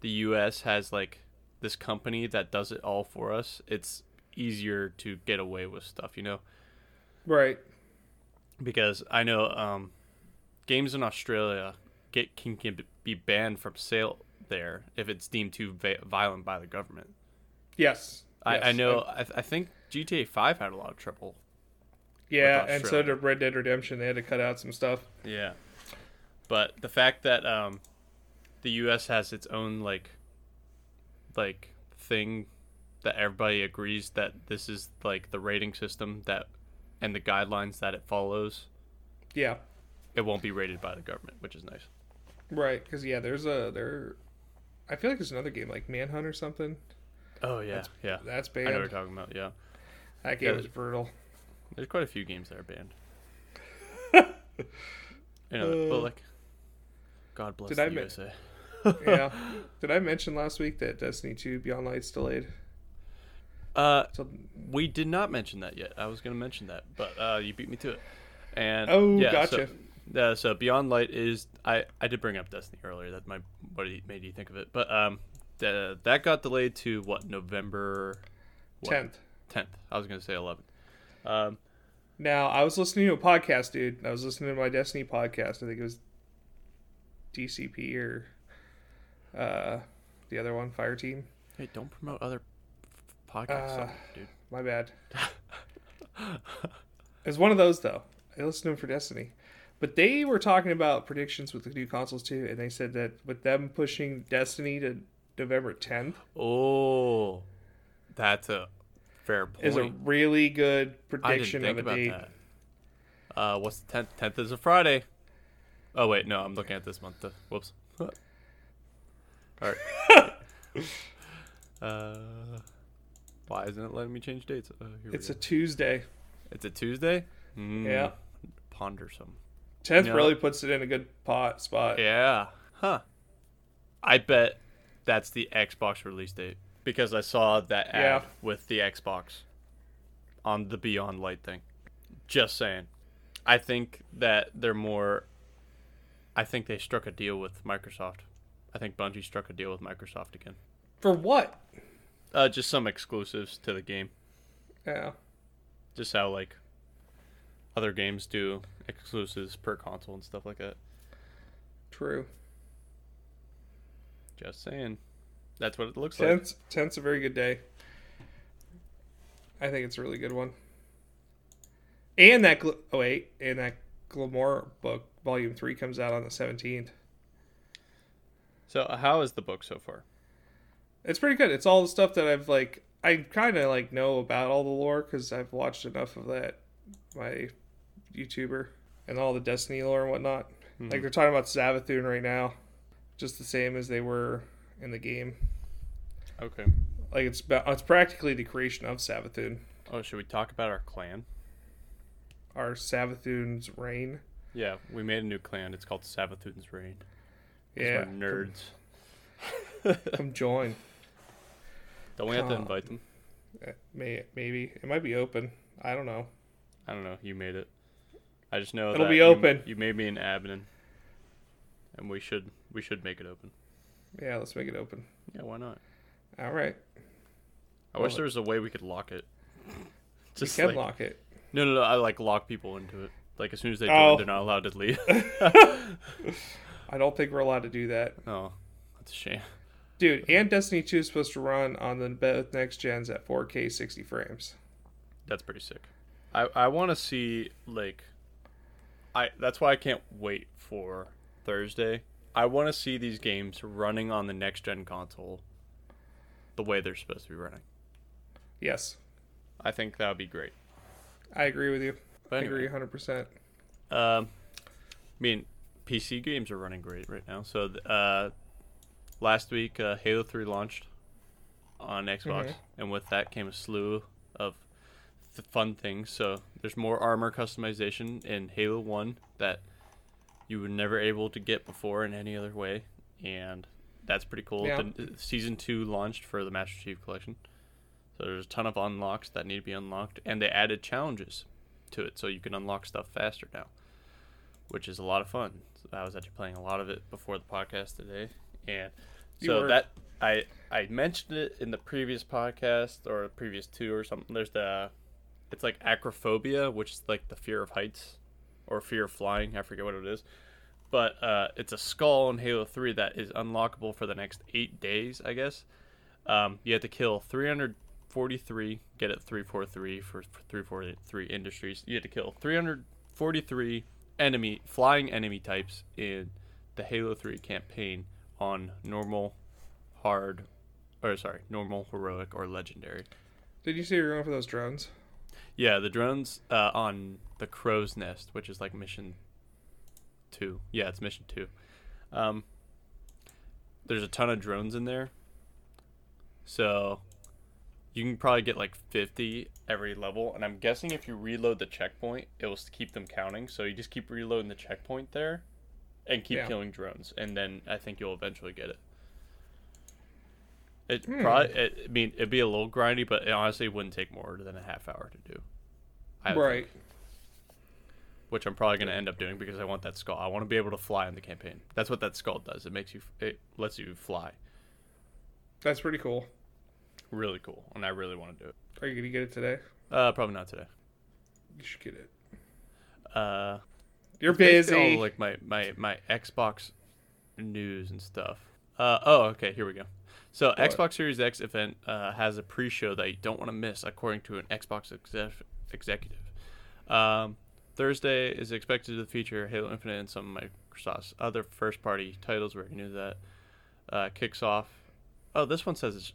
A: the U.S. has like this company that does it all for us, it's easier to get away with stuff, you know
B: Right.
A: because I know um, games in Australia get can, can be banned from sale there if it's deemed too va- violent by the government.
B: Yes.
A: I, I
B: Yes.
A: know.
B: Uh,
A: I, I think GTA Five had a lot of trouble.
B: yeah,
A: with
B: and so
A: Australia.
B: did Red Dead Redemption. They had to cut out some stuff.
A: Yeah, but the fact that um, the U.S. has its own like like thing that everybody agrees that this is like the rating system that and the guidelines that it follows,
B: Yeah.
A: it won't be rated by the government, which is nice.
B: Right. Because yeah, there's a there. I feel like there's another game like Manhunt or something
A: Oh yeah, yeah.
B: that's
A: I know what you're
B: banned.
A: talking about. Yeah.
B: That game
A: Yeah. *laughs*
B: was brutal.
A: There's quite a few games that are
B: *laughs*
A: banned. you know,
B: Uh,
A: but like, God bless
B: did
A: the
B: I mi-
A: USA.
B: yeah. Did I mention last week that Destiny 2 Beyond Light's delayed?
A: Uh,
B: So,
A: we did not mention that yet. I was going to mention that, but uh, you beat me to it. And
B: Oh,
A: yeah,
B: gotcha.
A: So, uh, so Beyond Light is I I did bring up Destiny earlier. That my what he- made you think of it, but um, th- that got delayed to what November what?
B: 10th.
A: Tenth. I was going to say eleventh. Um,
B: Now, I was listening to a podcast, dude. I was listening to my Destiny podcast. I think it was DCP or uh, the other one, Fire Team.
A: hey, don't promote other podcasts,
B: Uh,
A: out there, dude. *laughs*
B: My bad. It's one of those though. I listened to them for Destiny, but they were talking about predictions with the new consoles too, and they said that with them pushing Destiny to November 10th
A: Oh, that's a fair point.
B: is a really good
A: I didn't
B: prediction
A: think
B: of a
A: about
B: date.
A: that. Uh, what's the tenth? Tenth is a Friday. Oh wait, no, I'm looking at this month. Uh, Whoops. All
B: *laughs*
A: right. uh, why isn't it letting me change dates? Uh, here
B: It's
A: we
B: a
A: go.
B: Tuesday.
A: it's a Tuesday. Mm,
B: Yeah,
A: Pondersome.
B: 10th
A: Yeah.
B: really puts it in a good pot spot.
A: Yeah. Huh. I bet that's the Xbox release date because I saw that ad
B: Yeah.
A: with the Xbox on the Beyond Light thing. Just saying. I think that they're more. I think they struck a deal with Microsoft. I think Bungie struck a deal with Microsoft again.
B: For what?
A: Uh, just some exclusives to the game.
B: Yeah.
A: Just how like other games do exclusives per console and stuff like that.
B: True.
A: Just saying. That's what it looks like.
B: 10th, 10th's a very good day. I think it's a really good one. And that gl- oh wait, and that Glamour book volume 3 comes out on the 17th.
A: So, uh, how is the book so far?
B: It's pretty good. It's all the stuff that I've like. I kind of like know about all the lore because I've watched enough of that. My YouTuber and all the Destiny lore and whatnot. Like they're talking about Savathun right now, just the same as they were in the game.
A: Okay.
B: Like it's about, it's practically the creation of Savathun,
A: Oh, should we talk about our clan?
B: our Savathun's reign.
A: Yeah, we made a new clan. It's called Savathun's Reign. 'cause
B: Yeah,
A: We're nerds.
B: *laughs* Come join.
A: Don't we have to
B: Come.
A: invite them?
B: Eh, May maybe it might be open. I don't know.
A: I don't know. You made it. I just know
B: It'll
A: that
B: be
A: you-
B: open.
A: You, made me an admin, and we should we should make it open.
B: Yeah, let's make it open.
A: Yeah, why not?
B: All right,
A: I
B: Well,
A: wish there was a way we could lock it.
B: *laughs* we
A: Just
B: can
A: like,
B: lock it.
A: No, no, no. I like lock people into it. Like as soon as they join,
B: Oh.
A: they're not allowed to leave. *laughs*
B: I don't think we're allowed to do that.
A: oh, that's a shame.
B: Dude, and Destiny 2 is supposed to run on the both next gens at 4K 60 frames.
A: That's pretty sick. I, I want to see like I that's why I can't wait for Thursday. I want to see these games running on the next gen console the way they're supposed to be running.
B: Yes,
A: I think that would be great.
B: I agree with you.
A: But
B: I agree
A: anyway,
B: 100%.
A: um I mean PC games are running great right now. So th- uh last week uh, Halo 3 launched on Xbox
B: Mhm.
A: and with that came a slew of th- fun things. So there's more armor customization in Halo 1 that you were never able to get before in any other way, and that's pretty cool.
B: Yeah.
A: The, season two launched for the Master Chief Collection, so there's a ton of unlocks that need to be unlocked, and they added challenges to it, so you can unlock stuff faster now, which is a lot of fun. So I was actually playing a lot of it before the podcast today, and
B: You
A: so
B: were.
A: that I I mentioned it in the previous podcast or previous two or something. There's the it's like acrophobia, which is like the fear of heights or fear of flying. I forget what it is. But uh, it's a skull in Halo 3 that is unlockable for the next eight days, I guess. Um, you have to kill 343, get it 343 for, for 343 Industries. You had to kill 343 enemy, flying enemy types in the Halo 3 campaign on normal, hard, or sorry, normal, heroic, or legendary.
B: Did you see you're going for those drones?
A: Yeah, the drones uh, on the crow's nest, which is like mission two. Yeah, it's mission two. Um, there's a ton of drones in there, so you can probably get like 50 every level and i'm guessing if you reload the checkpoint it will s- keep them counting so you just keep reloading the checkpoint there and keep
B: Yeah.
A: killing drones and then i think you'll eventually get it it
B: Hmm.
A: probably it, i mean it'd be a little grindy but it honestly wouldn't take more than a half hour to do I would
B: right.
A: think, which i'm probably going to end up doing because i want that skull i want to be able to fly in the campaign that's what that skull does it makes you f- it lets you fly
B: That's pretty cool.
A: really cool and i really want to do it
B: Are you gonna get it today?
A: uh probably not today
B: You should get it.
A: uh
B: You're
A: It's
B: busy.
A: basically all, like my my my Xbox news and stuff. Uh, oh, okay, here we go. So Xbox Series X event uh, has a pre-show that you don't want to miss, according to an Xbox exec- executive. Um, Thursday is expected to feature Halo Infinite and some of Microsoft's other first-party titles. We already knew that. Uh, kicks off. Oh, this one says it's,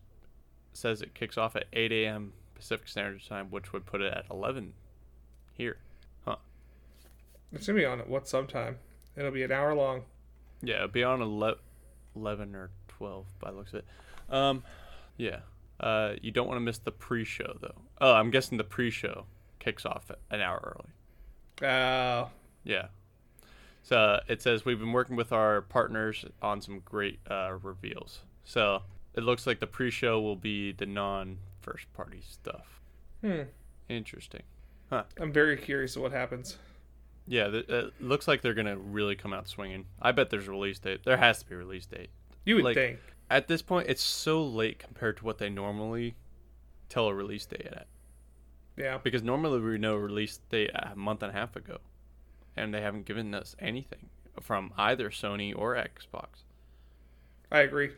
A: says it kicks off at 8 a.m. Pacific Standard Time, which would put it at 11 here.
B: It's gonna be on at what sometime. It'll be an hour long.
A: Yeah, it'll be on ele- 11 or 12 by the looks of it. Um, yeah. Uh, you don't want to miss the pre show, though. Oh, I'm guessing the pre show kicks off an hour early.
B: Uh,
A: Yeah. So it says we've been working with our partners on some great uh, reveals. So it looks like the pre show will be the non first party stuff.
B: hmm.
A: Interesting.
B: I'm very curious of what happens.
A: Yeah, th- it looks like they're going to really come out swinging. I bet there's a release date. There has to be a release date.
B: You would
A: Like-
B: think.
A: at this point it's so late compared to what they normally tell a release date at
B: Yeah.
A: because normally we know release date a month and a half ago and they haven't given us anything from either sony or xbox
B: I agree.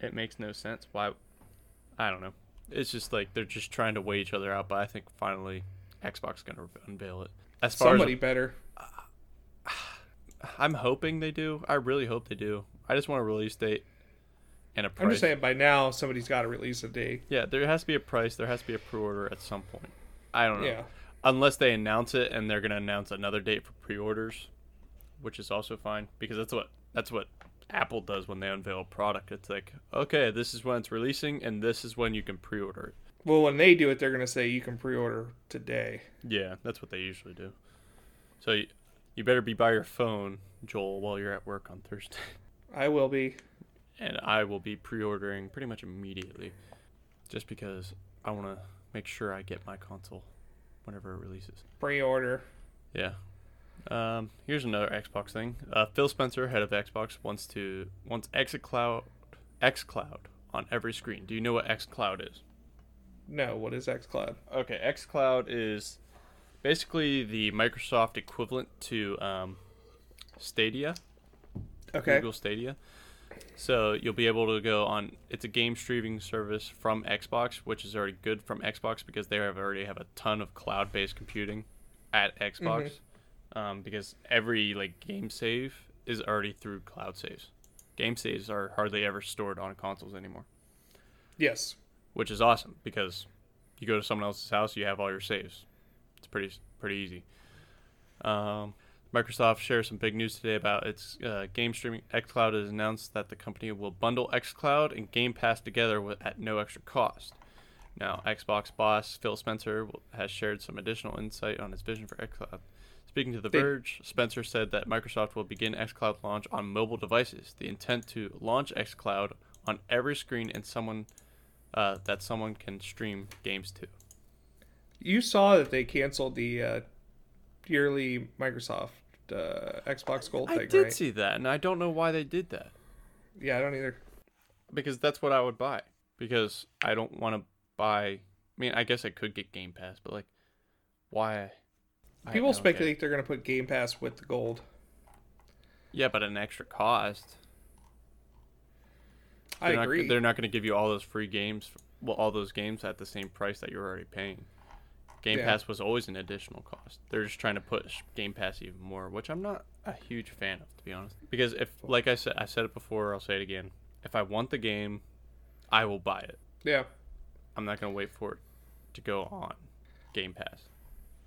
A: it makes no sense why i don't know it's just like they're just trying to weigh each other out but i think finally xbox is going to unveil it as far
B: Somebody better.
A: as i'm hoping they do i really hope they do i just want a release date and a price
B: I'm just saying by now somebody's gotta release a date.
A: yeah there has to be a price there has to be a pre-order at some point i don't know
B: Yeah.
A: unless they announce it and they're going to announce another date for pre-orders which is also fine because that's what that's what apple does when they unveil a product it's like okay this is when it's releasing and this is when you can pre-order it
B: Well when they do it they're gonna say you can pre order today.
A: yeah that's what they usually do so you, you better be by your phone joel while you're at work on thursday *laughs*
B: I will be.
A: and i will be pre-ordering pretty much immediately just because i want to make sure i get my console whenever it releases
B: Pre order.
A: Yeah. Um, here's another Xbox thing. Uh, Phil Spencer, head of Xbox, wants to wants XCloud XCloud on every screen. Do you know what XCloud is?
B: No, what is XCloud?
A: Okay, XCloud is basically the Microsoft equivalent to um, Stadia.
B: Okay.
A: Google Stadia. So you'll be able to go on. It's a game streaming service from Xbox, which is already good from Xbox because they have already have a ton of cloud-based computing at Xbox. Um, because every like game save is already through cloud saves. Game saves are hardly ever stored on consoles anymore,
B: Yes.
A: which is awesome because you go to someone else's house, you have all your saves. It's pretty pretty easy. Um, Microsoft shares some big news today about its uh, game streaming. xCloud has announced that the company will bundle xCloud and Game Pass together with, at no extra cost. Now, Xbox boss Phil Spencer will- has shared some additional insight on his vision for xCloud. Speaking to The
B: They-
A: Verge, Spencer said that Microsoft will begin xCloud launch on mobile devices. The intent to launch xCloud on every screen and someone uh, that someone can stream games to.
B: You saw that they canceled the uh, yearly Microsoft uh, Xbox Gold
A: I
B: thing,
A: did
B: right?
A: see that, and I don't know why they did that.
B: Yeah, I don't either.
A: because that's what I would buy. Because I don't want to buy. I mean, I guess I could get Game Pass, but like, why? I
B: People
A: don't get it.
B: speculate they're going to put Game Pass with the gold.
A: Yeah, but at an extra cost.
B: I
A: They're not-
B: agree.
A: they're not going to give you all those free games. Well, all those games at the same price that you're already paying. Game
B: Yeah.
A: Pass was always an additional cost. They're just trying to push Game Pass even more, which I'm not a huge fan of, to be honest. Because if, like I said, I said it before, I'll say it again. If I want the game, I will buy it.
B: yeah,
A: I'm not gonna wait for it to go on Game Pass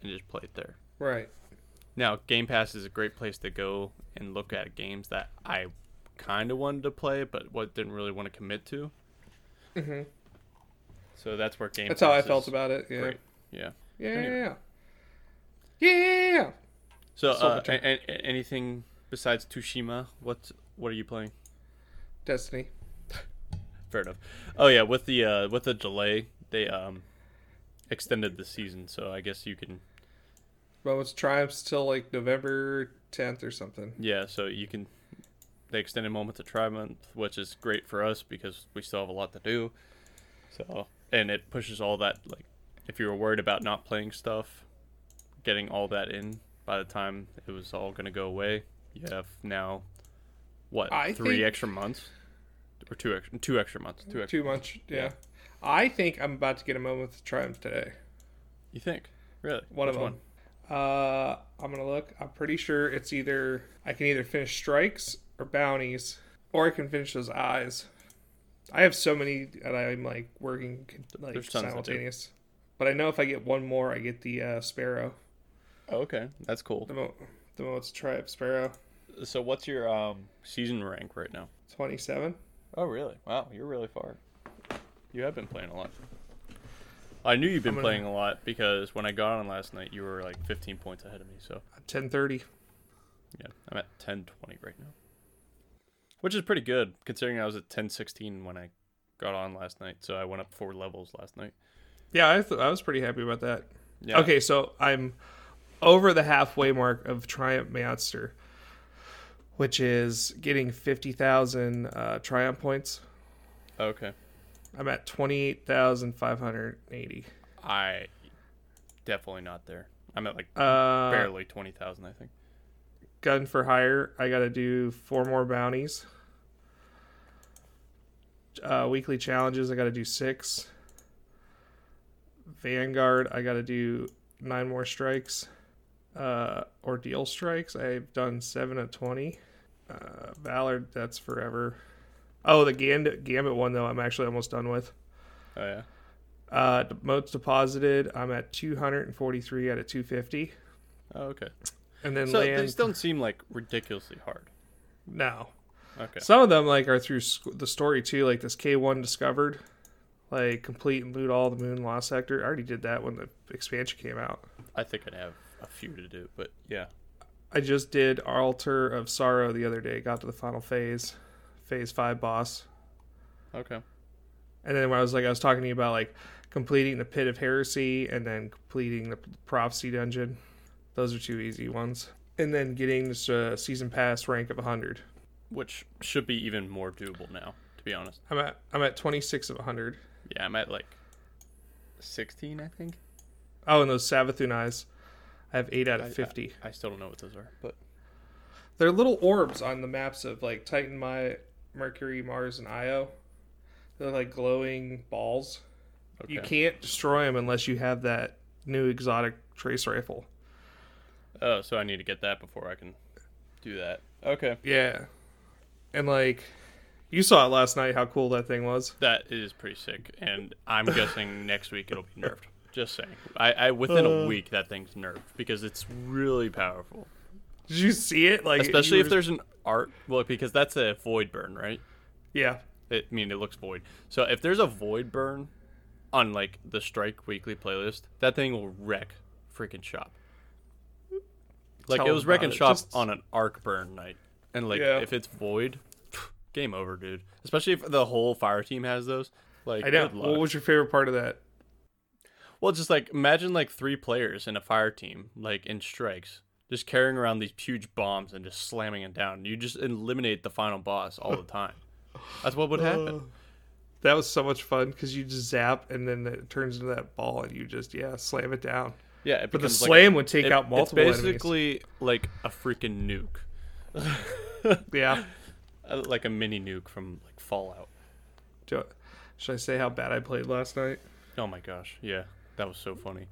A: and just play it there.
B: right.
A: Now, Game Pass is a great place to go and look at games that I kind of wanted to play, but what didn't really want to commit to.
B: hmm
A: So that's where game.
B: Mm-hmm. That's how I
A: Pass
B: felt
A: is
B: about it. Yeah.
A: great. Yeah.
B: Yeah.
A: Anyway.
B: Yeah.
A: So
B: Sold
A: uh,
B: the
A: a-
B: track.
A: a- a- anything besides Tushima? What what are you playing?
B: Destiny.
A: Fair enough. Oh yeah, with the uh, with the delay, they um extended the season, so I guess you can
B: Moments of Triumph's till like November 10th or something.
A: yeah, so you can they extended moments of triumph, which is great for us because we still have a lot to do. So and it pushes all that like if you were worried about not playing stuff, getting all that in by the time it was all gonna go away, you have now what
B: I
A: three
B: think-
A: extra months or two extra two extra months two extra
B: Too much. Yeah. I think I'm about to get a moment of triumph today.
A: you think really
B: One
A: Which
B: of them. Uh, I'm gonna look. I'm pretty sure it's either I can either finish strikes or bounties, or I can finish those eyes. I have so many that I'm like working like
A: There's tons to do.
B: simultaneous. But I know if I get one more, I get the uh, sparrow,
A: Oh, okay that's cool
B: the mo- the most triumph sparrow,
A: So what's your um season rank right now?
B: twenty seven.
A: Oh really? Wow, you're really far. You have been playing a lot. I knew you've been
B: gonna-
A: playing a lot because when I got on last night, you were like 15 points ahead of me. So
B: Ten thirty.
A: yeah, I'm at 1020 right now, which is pretty good considering I was at 1016 when I got on last night. So I went up four levels last night.
B: Yeah, I, th- I was pretty happy about that.
A: Yeah.
B: Okay, so I'm over the halfway mark of Triumph Master, which is getting 50,000 uh, Triumph points.
A: Okay.
B: I'm at 28,580.
A: I definitely not there. I'm at like
B: Uh,
A: barely 20,000, I think.
B: gun for hire, I got to do four more bounties. Uh, weekly challenges, I got to do six. Vanguard, I got to do nine more strikes. Uh, ordeal strikes, I've done seven of 20. Uh, Valor, that's forever. Oh, the Gambit, Gambit one, though, I'm actually almost done with.
A: Oh yeah.
B: Uh, most deposited, I'm at 243 out of 250.
A: Oh, okay.
B: And then
A: So
B: land,
A: these don't seem like ridiculously hard.
B: no.
A: Okay.
B: Some of them like are through sc- the story too, like this K one discovered, like complete and loot all the Moon Lost Sector. I already did that when the expansion came out.
A: I think I'd have a few to do, but yeah.
B: I just did Altar of Sorrow the other day. Got to the final phase, phase five boss,
A: Okay.
B: and then when I was like I was talking to you about like completing the Pit of Heresy and then completing the Prophecy Dungeon. Those are two easy ones, and then getting this uh, season pass rank of hundred.
A: Which should be even more doable now, to be honest.
B: I'm at I'm at twenty six of hundred.
A: Yeah, I'm at like 16, I think.
B: Oh, and those Savathun eyes. I have eight out of
A: I-
B: fifty.
A: I still don't know what those are, but
B: They're little orbs on the maps of like Titan, my Mercury, Mars, and Io. They're like glowing balls.
A: okay.
B: You can't destroy them unless you have that new exotic trace rifle.
A: Oh, so I need to get that before I can do that. Okay.
B: Yeah, and like you saw it last night, how cool that thing was.
A: That is pretty sick, and I'm guessing next week it'll be nerfed. Just saying. I, I within a week that thing's nerfed because it's really powerful.
B: Did you see it? Like
A: Especially
B: you
A: if
B: were-
A: there's an art well, because that's a void burn, right?
B: yeah.
A: It, I mean, it looks void. So if there's a void burn on like the Strike Weekly playlist, that thing will wreck freaking shop. Like
B: Tell
A: it was
B: them about
A: wrecking
B: it.
A: shop
B: Just-
A: on an arc burn night, and like
B: Yeah.
A: if it's void, *sniffs* phew, game over, dude. Especially if the whole fire team has those. Like
B: I know.
A: good luck.
B: What was your favorite part of that?
A: Well, just like imagine like three players in a fire team, like in strikes, just carrying around these huge bombs and just slamming it down. You just eliminate the final boss all the time. That's what would happen.
B: *sighs* That was so much fun because you just zap and then it turns into that ball and you just yeah slam it down.
A: Yeah, it
B: But the
A: becomes like-
B: slam would take
A: It-
B: out multiple
A: It's
B: enemies.
A: basically like a freaking nuke,
B: Yeah.
A: Uh, like a mini nuke from like Fallout.
B: Do should I say how bad I played last night?
A: Oh my gosh, yeah, that was so funny.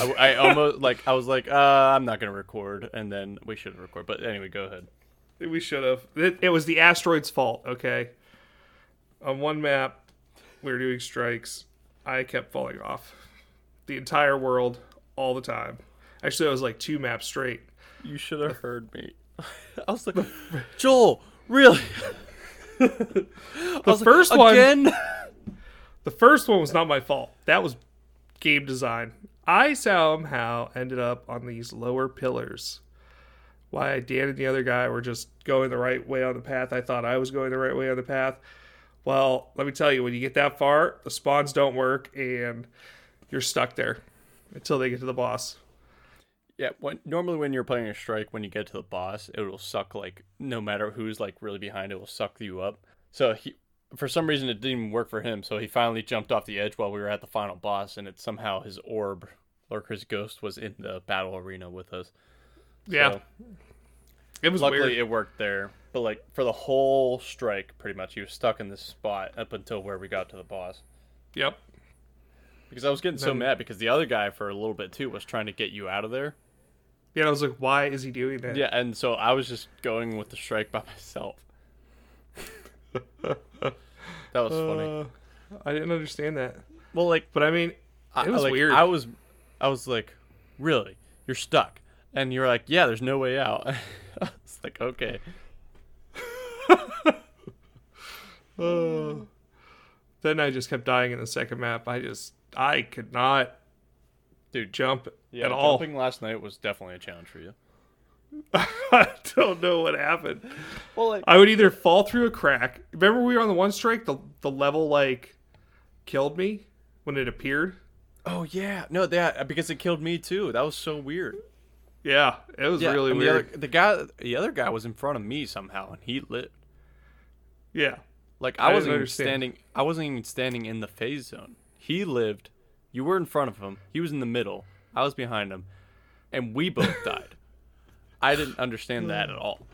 A: I, I almost like I was like, uh, I'm not gonna record, and then we shouldn't record. But anyway, go ahead.
B: We should have. It, it was the asteroid's fault. Okay. On one map, we were doing strikes. I kept falling off. The entire world, all the time. Actually, I was like two maps straight.
A: You should have heard me. *laughs* I was like, *laughs* Joel, really? the
B: first one-
A: *laughs* again?
B: The first one was not my fault. That was game design. I somehow ended up on these lower pillars. Why Dan and the other guy were just going the right way on the path. I thought I was going the right way on the path. Well, let me tell you, when you get that far, the spawns don't work and you're stuck there until they get to the boss.
A: Yeah, when, normally when you're playing a strike, when you get to the boss, it will suck like no matter who's like really behind, it will suck you up. So he, for some reason, it didn't even work for him. So he finally jumped off the edge while we were at the final boss, and it somehow his orb, Lurker's ghost, was in the battle arena with us.
B: Yeah.
A: So-
B: it was
A: Luckily,
B: weird.
A: it worked there. But like for the whole strike, pretty much, he was stuck in this spot up until where we got to the boss.
B: Yep.
A: Because I was getting so
B: Then-
A: mad because the other guy for a little bit too was trying to get you out of there.
B: Yeah, I was like, why is he doing that?
A: Yeah, and so I was just going with the strike by *laughs* myself. that was funny.
B: Uh, I didn't understand that.
A: Well, like
B: But I mean,
A: I-
B: it was
A: like,
B: weird.
A: I was, I was like, really, you're stuck, and you're like, yeah, there's no way out. *laughs* I was like, okay,
B: Uh, then I just kept dying in the second map. I just I could not
A: dude. Ju-
B: jump
A: yeah,
B: at all.
A: jumping last night was definitely a challenge for you.
B: *laughs* I don't know what happened.
A: Well, like,
B: I would either fall through a crack. Remember we were on the one strike, the the level like killed me when it appeared?
A: Oh yeah, no, that because it killed me too. That was so weird.
B: Yeah, it was really
A: and
B: weird.
A: The, other, the guy, the other guy was in front of me somehow, and he lit.
B: Yeah.
A: Like I,
B: I didn't
A: wasn't even
B: understand.
A: standing. I wasn't even standing in the phase zone. He lived. You were in front of him. He was in the middle. I was behind him, and we
B: *laughs*
A: both died. I didn't understand that at
B: *sighs*
A: all.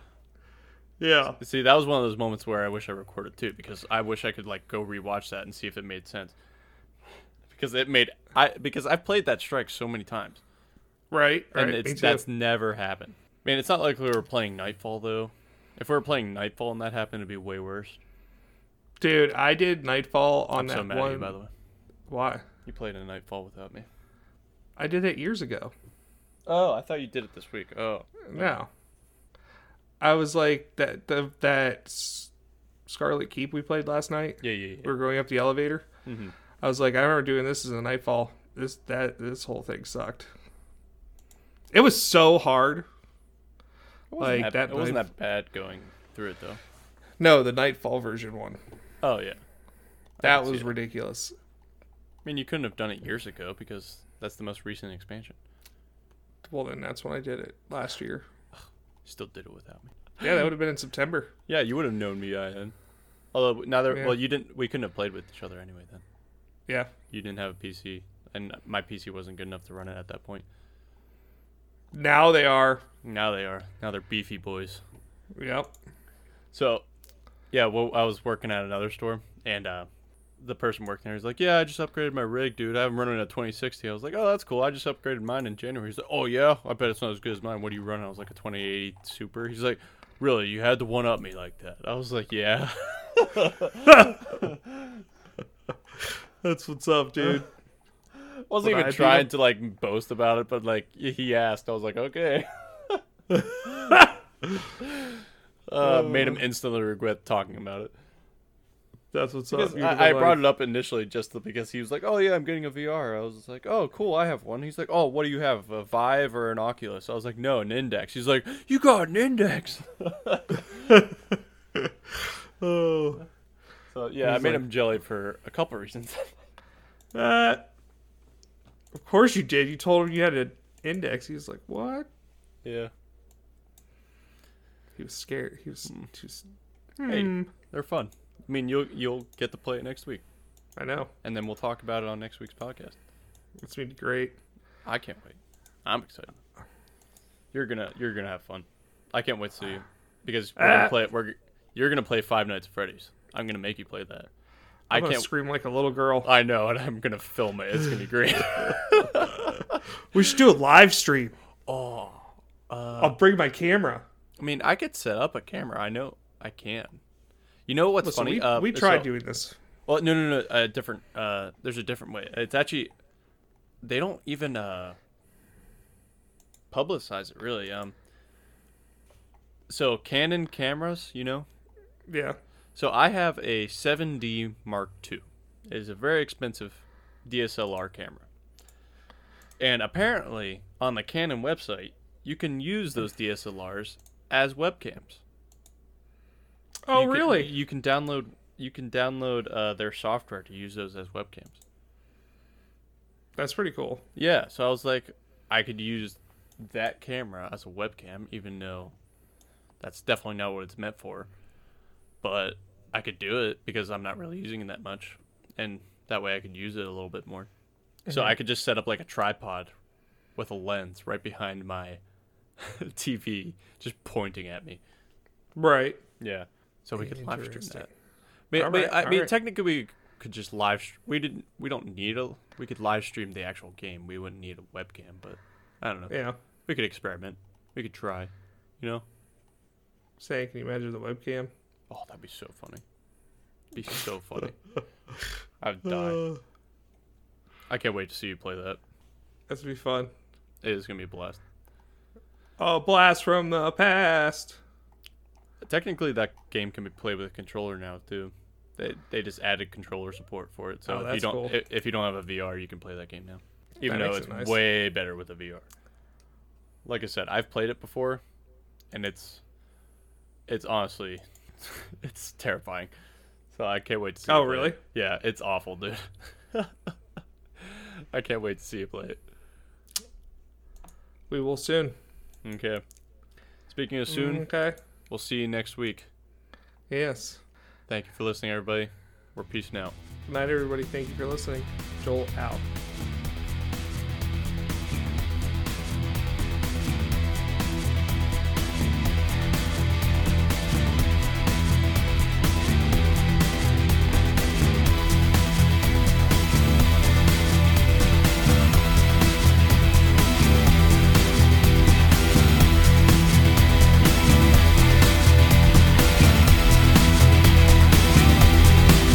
B: Yeah.
A: See, that was one of those moments where I wish I recorded too, because I wish I could like go rewatch that and see if it made sense. Because it made I because I've played that strike so many times.
B: Right. Right.
A: and
B: me
A: it's
B: too.
A: that's never happened. I mean, it's not like we were playing Nightfall though. If we were playing Nightfall and that happened, it'd be way worse.
B: Dude, I did Nightfall on
A: I'm
B: that
A: so mad
B: one.
A: at you, by the way.
B: Why?
A: You played a Nightfall without me.
B: I did it years ago.
A: Oh, I thought you did it this week. Oh,
B: No. I was like that the, that S- Scarlet Keep we played last night.
A: yeah, yeah,
B: We were going up the elevator.
A: Mhm.
B: I was like, I remember doing this as a nightfall. This that this whole thing sucked. It was so hard.
A: yeah.
B: Like that.
A: it wasn't
B: night-
A: that bad going through it though.
B: No, the nightfall version one.
A: Oh yeah, I
B: That
A: can see
B: was
A: it.
B: ridiculous.
A: I mean, you couldn't have done it years ago because that's the most recent expansion.
B: Well, then that's when I did it
A: *gasps*
B: last year.
A: You still did it without me.
B: Yeah, that would have been in September.
A: Yeah, you would have known me I then. Although neither,
B: Yeah.
A: well, you didn't. We couldn't have played with each other anyway then.
B: Yeah.
A: You didn't have a PC, and my PC wasn't good enough to run it at that point.
B: Now they are.
A: Now they are. Now they're beefy boys.
B: Yep.
A: So, yeah, well, I was working at another store, and uh, the person working there was like, "Yeah, I just upgraded my rig, dude. I'm running a 2060." I was like, "Oh, that's cool. I just upgraded mine in January." He's like, "Oh yeah, I bet it's not as good as mine. What are you running?" I was like, "A 2080 Super." He's like, "Really? You had to one up me like that?" I was like, "Yeah." *laughs*
B: That's what's up, dude.
A: wasn't
B: Would I
A: even
B: be
A: trying to
B: the-
A: like boast about it, but like he asked, I was like, "Okay." *laughs* uh, made him instantly regret talking about it.
B: that's what's
A: Because
B: up.
A: I, I brought it up initially just because he was like, "Oh yeah, I'm getting a VR." I was just like, "Oh cool, I have one." He's like, "Oh, what do you have? A Vive or an Oculus?" I was like, "No, an Index." He's like, "You got an Index." *laughs*
B: Oh.
A: so yeah, I
B: He's
A: made
B: like-
A: him jelly for a couple reasons. *laughs*
B: Uh, of course you did. You told him you had an index. He was like, "What?"
A: yeah,
B: He was scared. He was
A: Hmm.
B: too. s-
A: Hey.
B: Hmm.
A: they're fun. I mean, you'll you'll get to play it next week,
B: I know.
A: and then we'll talk about it on next week's podcast.
B: It's been great.
A: I can't wait. I'm excited. You're gonna you're gonna have fun. I can't wait to see you because we're
B: Ah.
A: gonna play. We're you're gonna play Five Nights at Freddy's. I'm gonna make you play that. I
B: I'm I can
A: can't. Uh,
B: not scream like a little girl.
A: I know, and I'm gonna film it. It's gonna be great. *laughs*
B: we should do a live stream.
A: oh,
B: I'll bring my camera.
A: I mean, I could set up a camera. I know I can. You know what's
B: Listen,
A: funny?
B: we,
A: uh,
B: we tried
A: so-
B: doing this.
A: Well, no, no, no. A different. Uh, there's a different way. It's actually they don't even uh, publicize it really. Um, so Canon cameras, you know.
B: Yeah.
A: So I have a 7D Mark II, It is a very expensive DSLR camera. And apparently, on the Canon website, you can use those DSLRs as webcams.
C: Oh,
A: You can-
C: really?
A: you can download you can download uh, their software to use those as webcams.
C: That's pretty cool.
A: Yeah, so I was like, I could use that camera as a webcam, even though that's definitely not what it's meant for. But I could do it because I'm not really using it that much, and that way I could use it a little bit more. So I could just set up like a tripod with a lens right behind my *laughs* TV, just pointing at me.
C: Right.
A: Yeah. So we could live stream
C: Interesting.
A: that. But,
C: All
A: but,
C: right,
A: I
C: all
A: mean,
C: right.
A: technically, we could just live. str- We didn't. We don't need a. We could live stream the actual game. We wouldn't need a webcam, but I don't know.
C: Yeah.
A: We could experiment. We could try. You know.
C: Say, can you imagine the webcam?
A: Oh, that'd be so funny. Be so
C: *laughs*
A: funny. I'd die. I can't wait to see you play that.
C: That's gonna be fun.
A: It is gonna be a blast.
C: Oh, blast from the past.
A: Technically, that game can be played with a controller now too. They, they just added controller support for it, so
C: Oh,
A: if you
C: that's
A: don't
C: cool.
A: i- if you don't have a VR, you can play that game now. Even
C: That
A: though
C: makes
A: it's
C: it nice.
A: way better with a VR. Like I said, I've played it before, and it's it's honestly *laughs* it's terrifying. So I can't wait to see. you
C: Oh,
A: play it.
C: really?
A: Yeah, it's awful, dude. *laughs* I can't wait to see you play it.
C: We will soon.
A: Okay. Speaking of soon,
B: Mm-hmm.
C: Okay.
A: we'll see you next week.
C: Yes.
A: Thank you for listening, everybody. We're peacing out.
C: Good night, everybody. Thank you for listening. Joel out.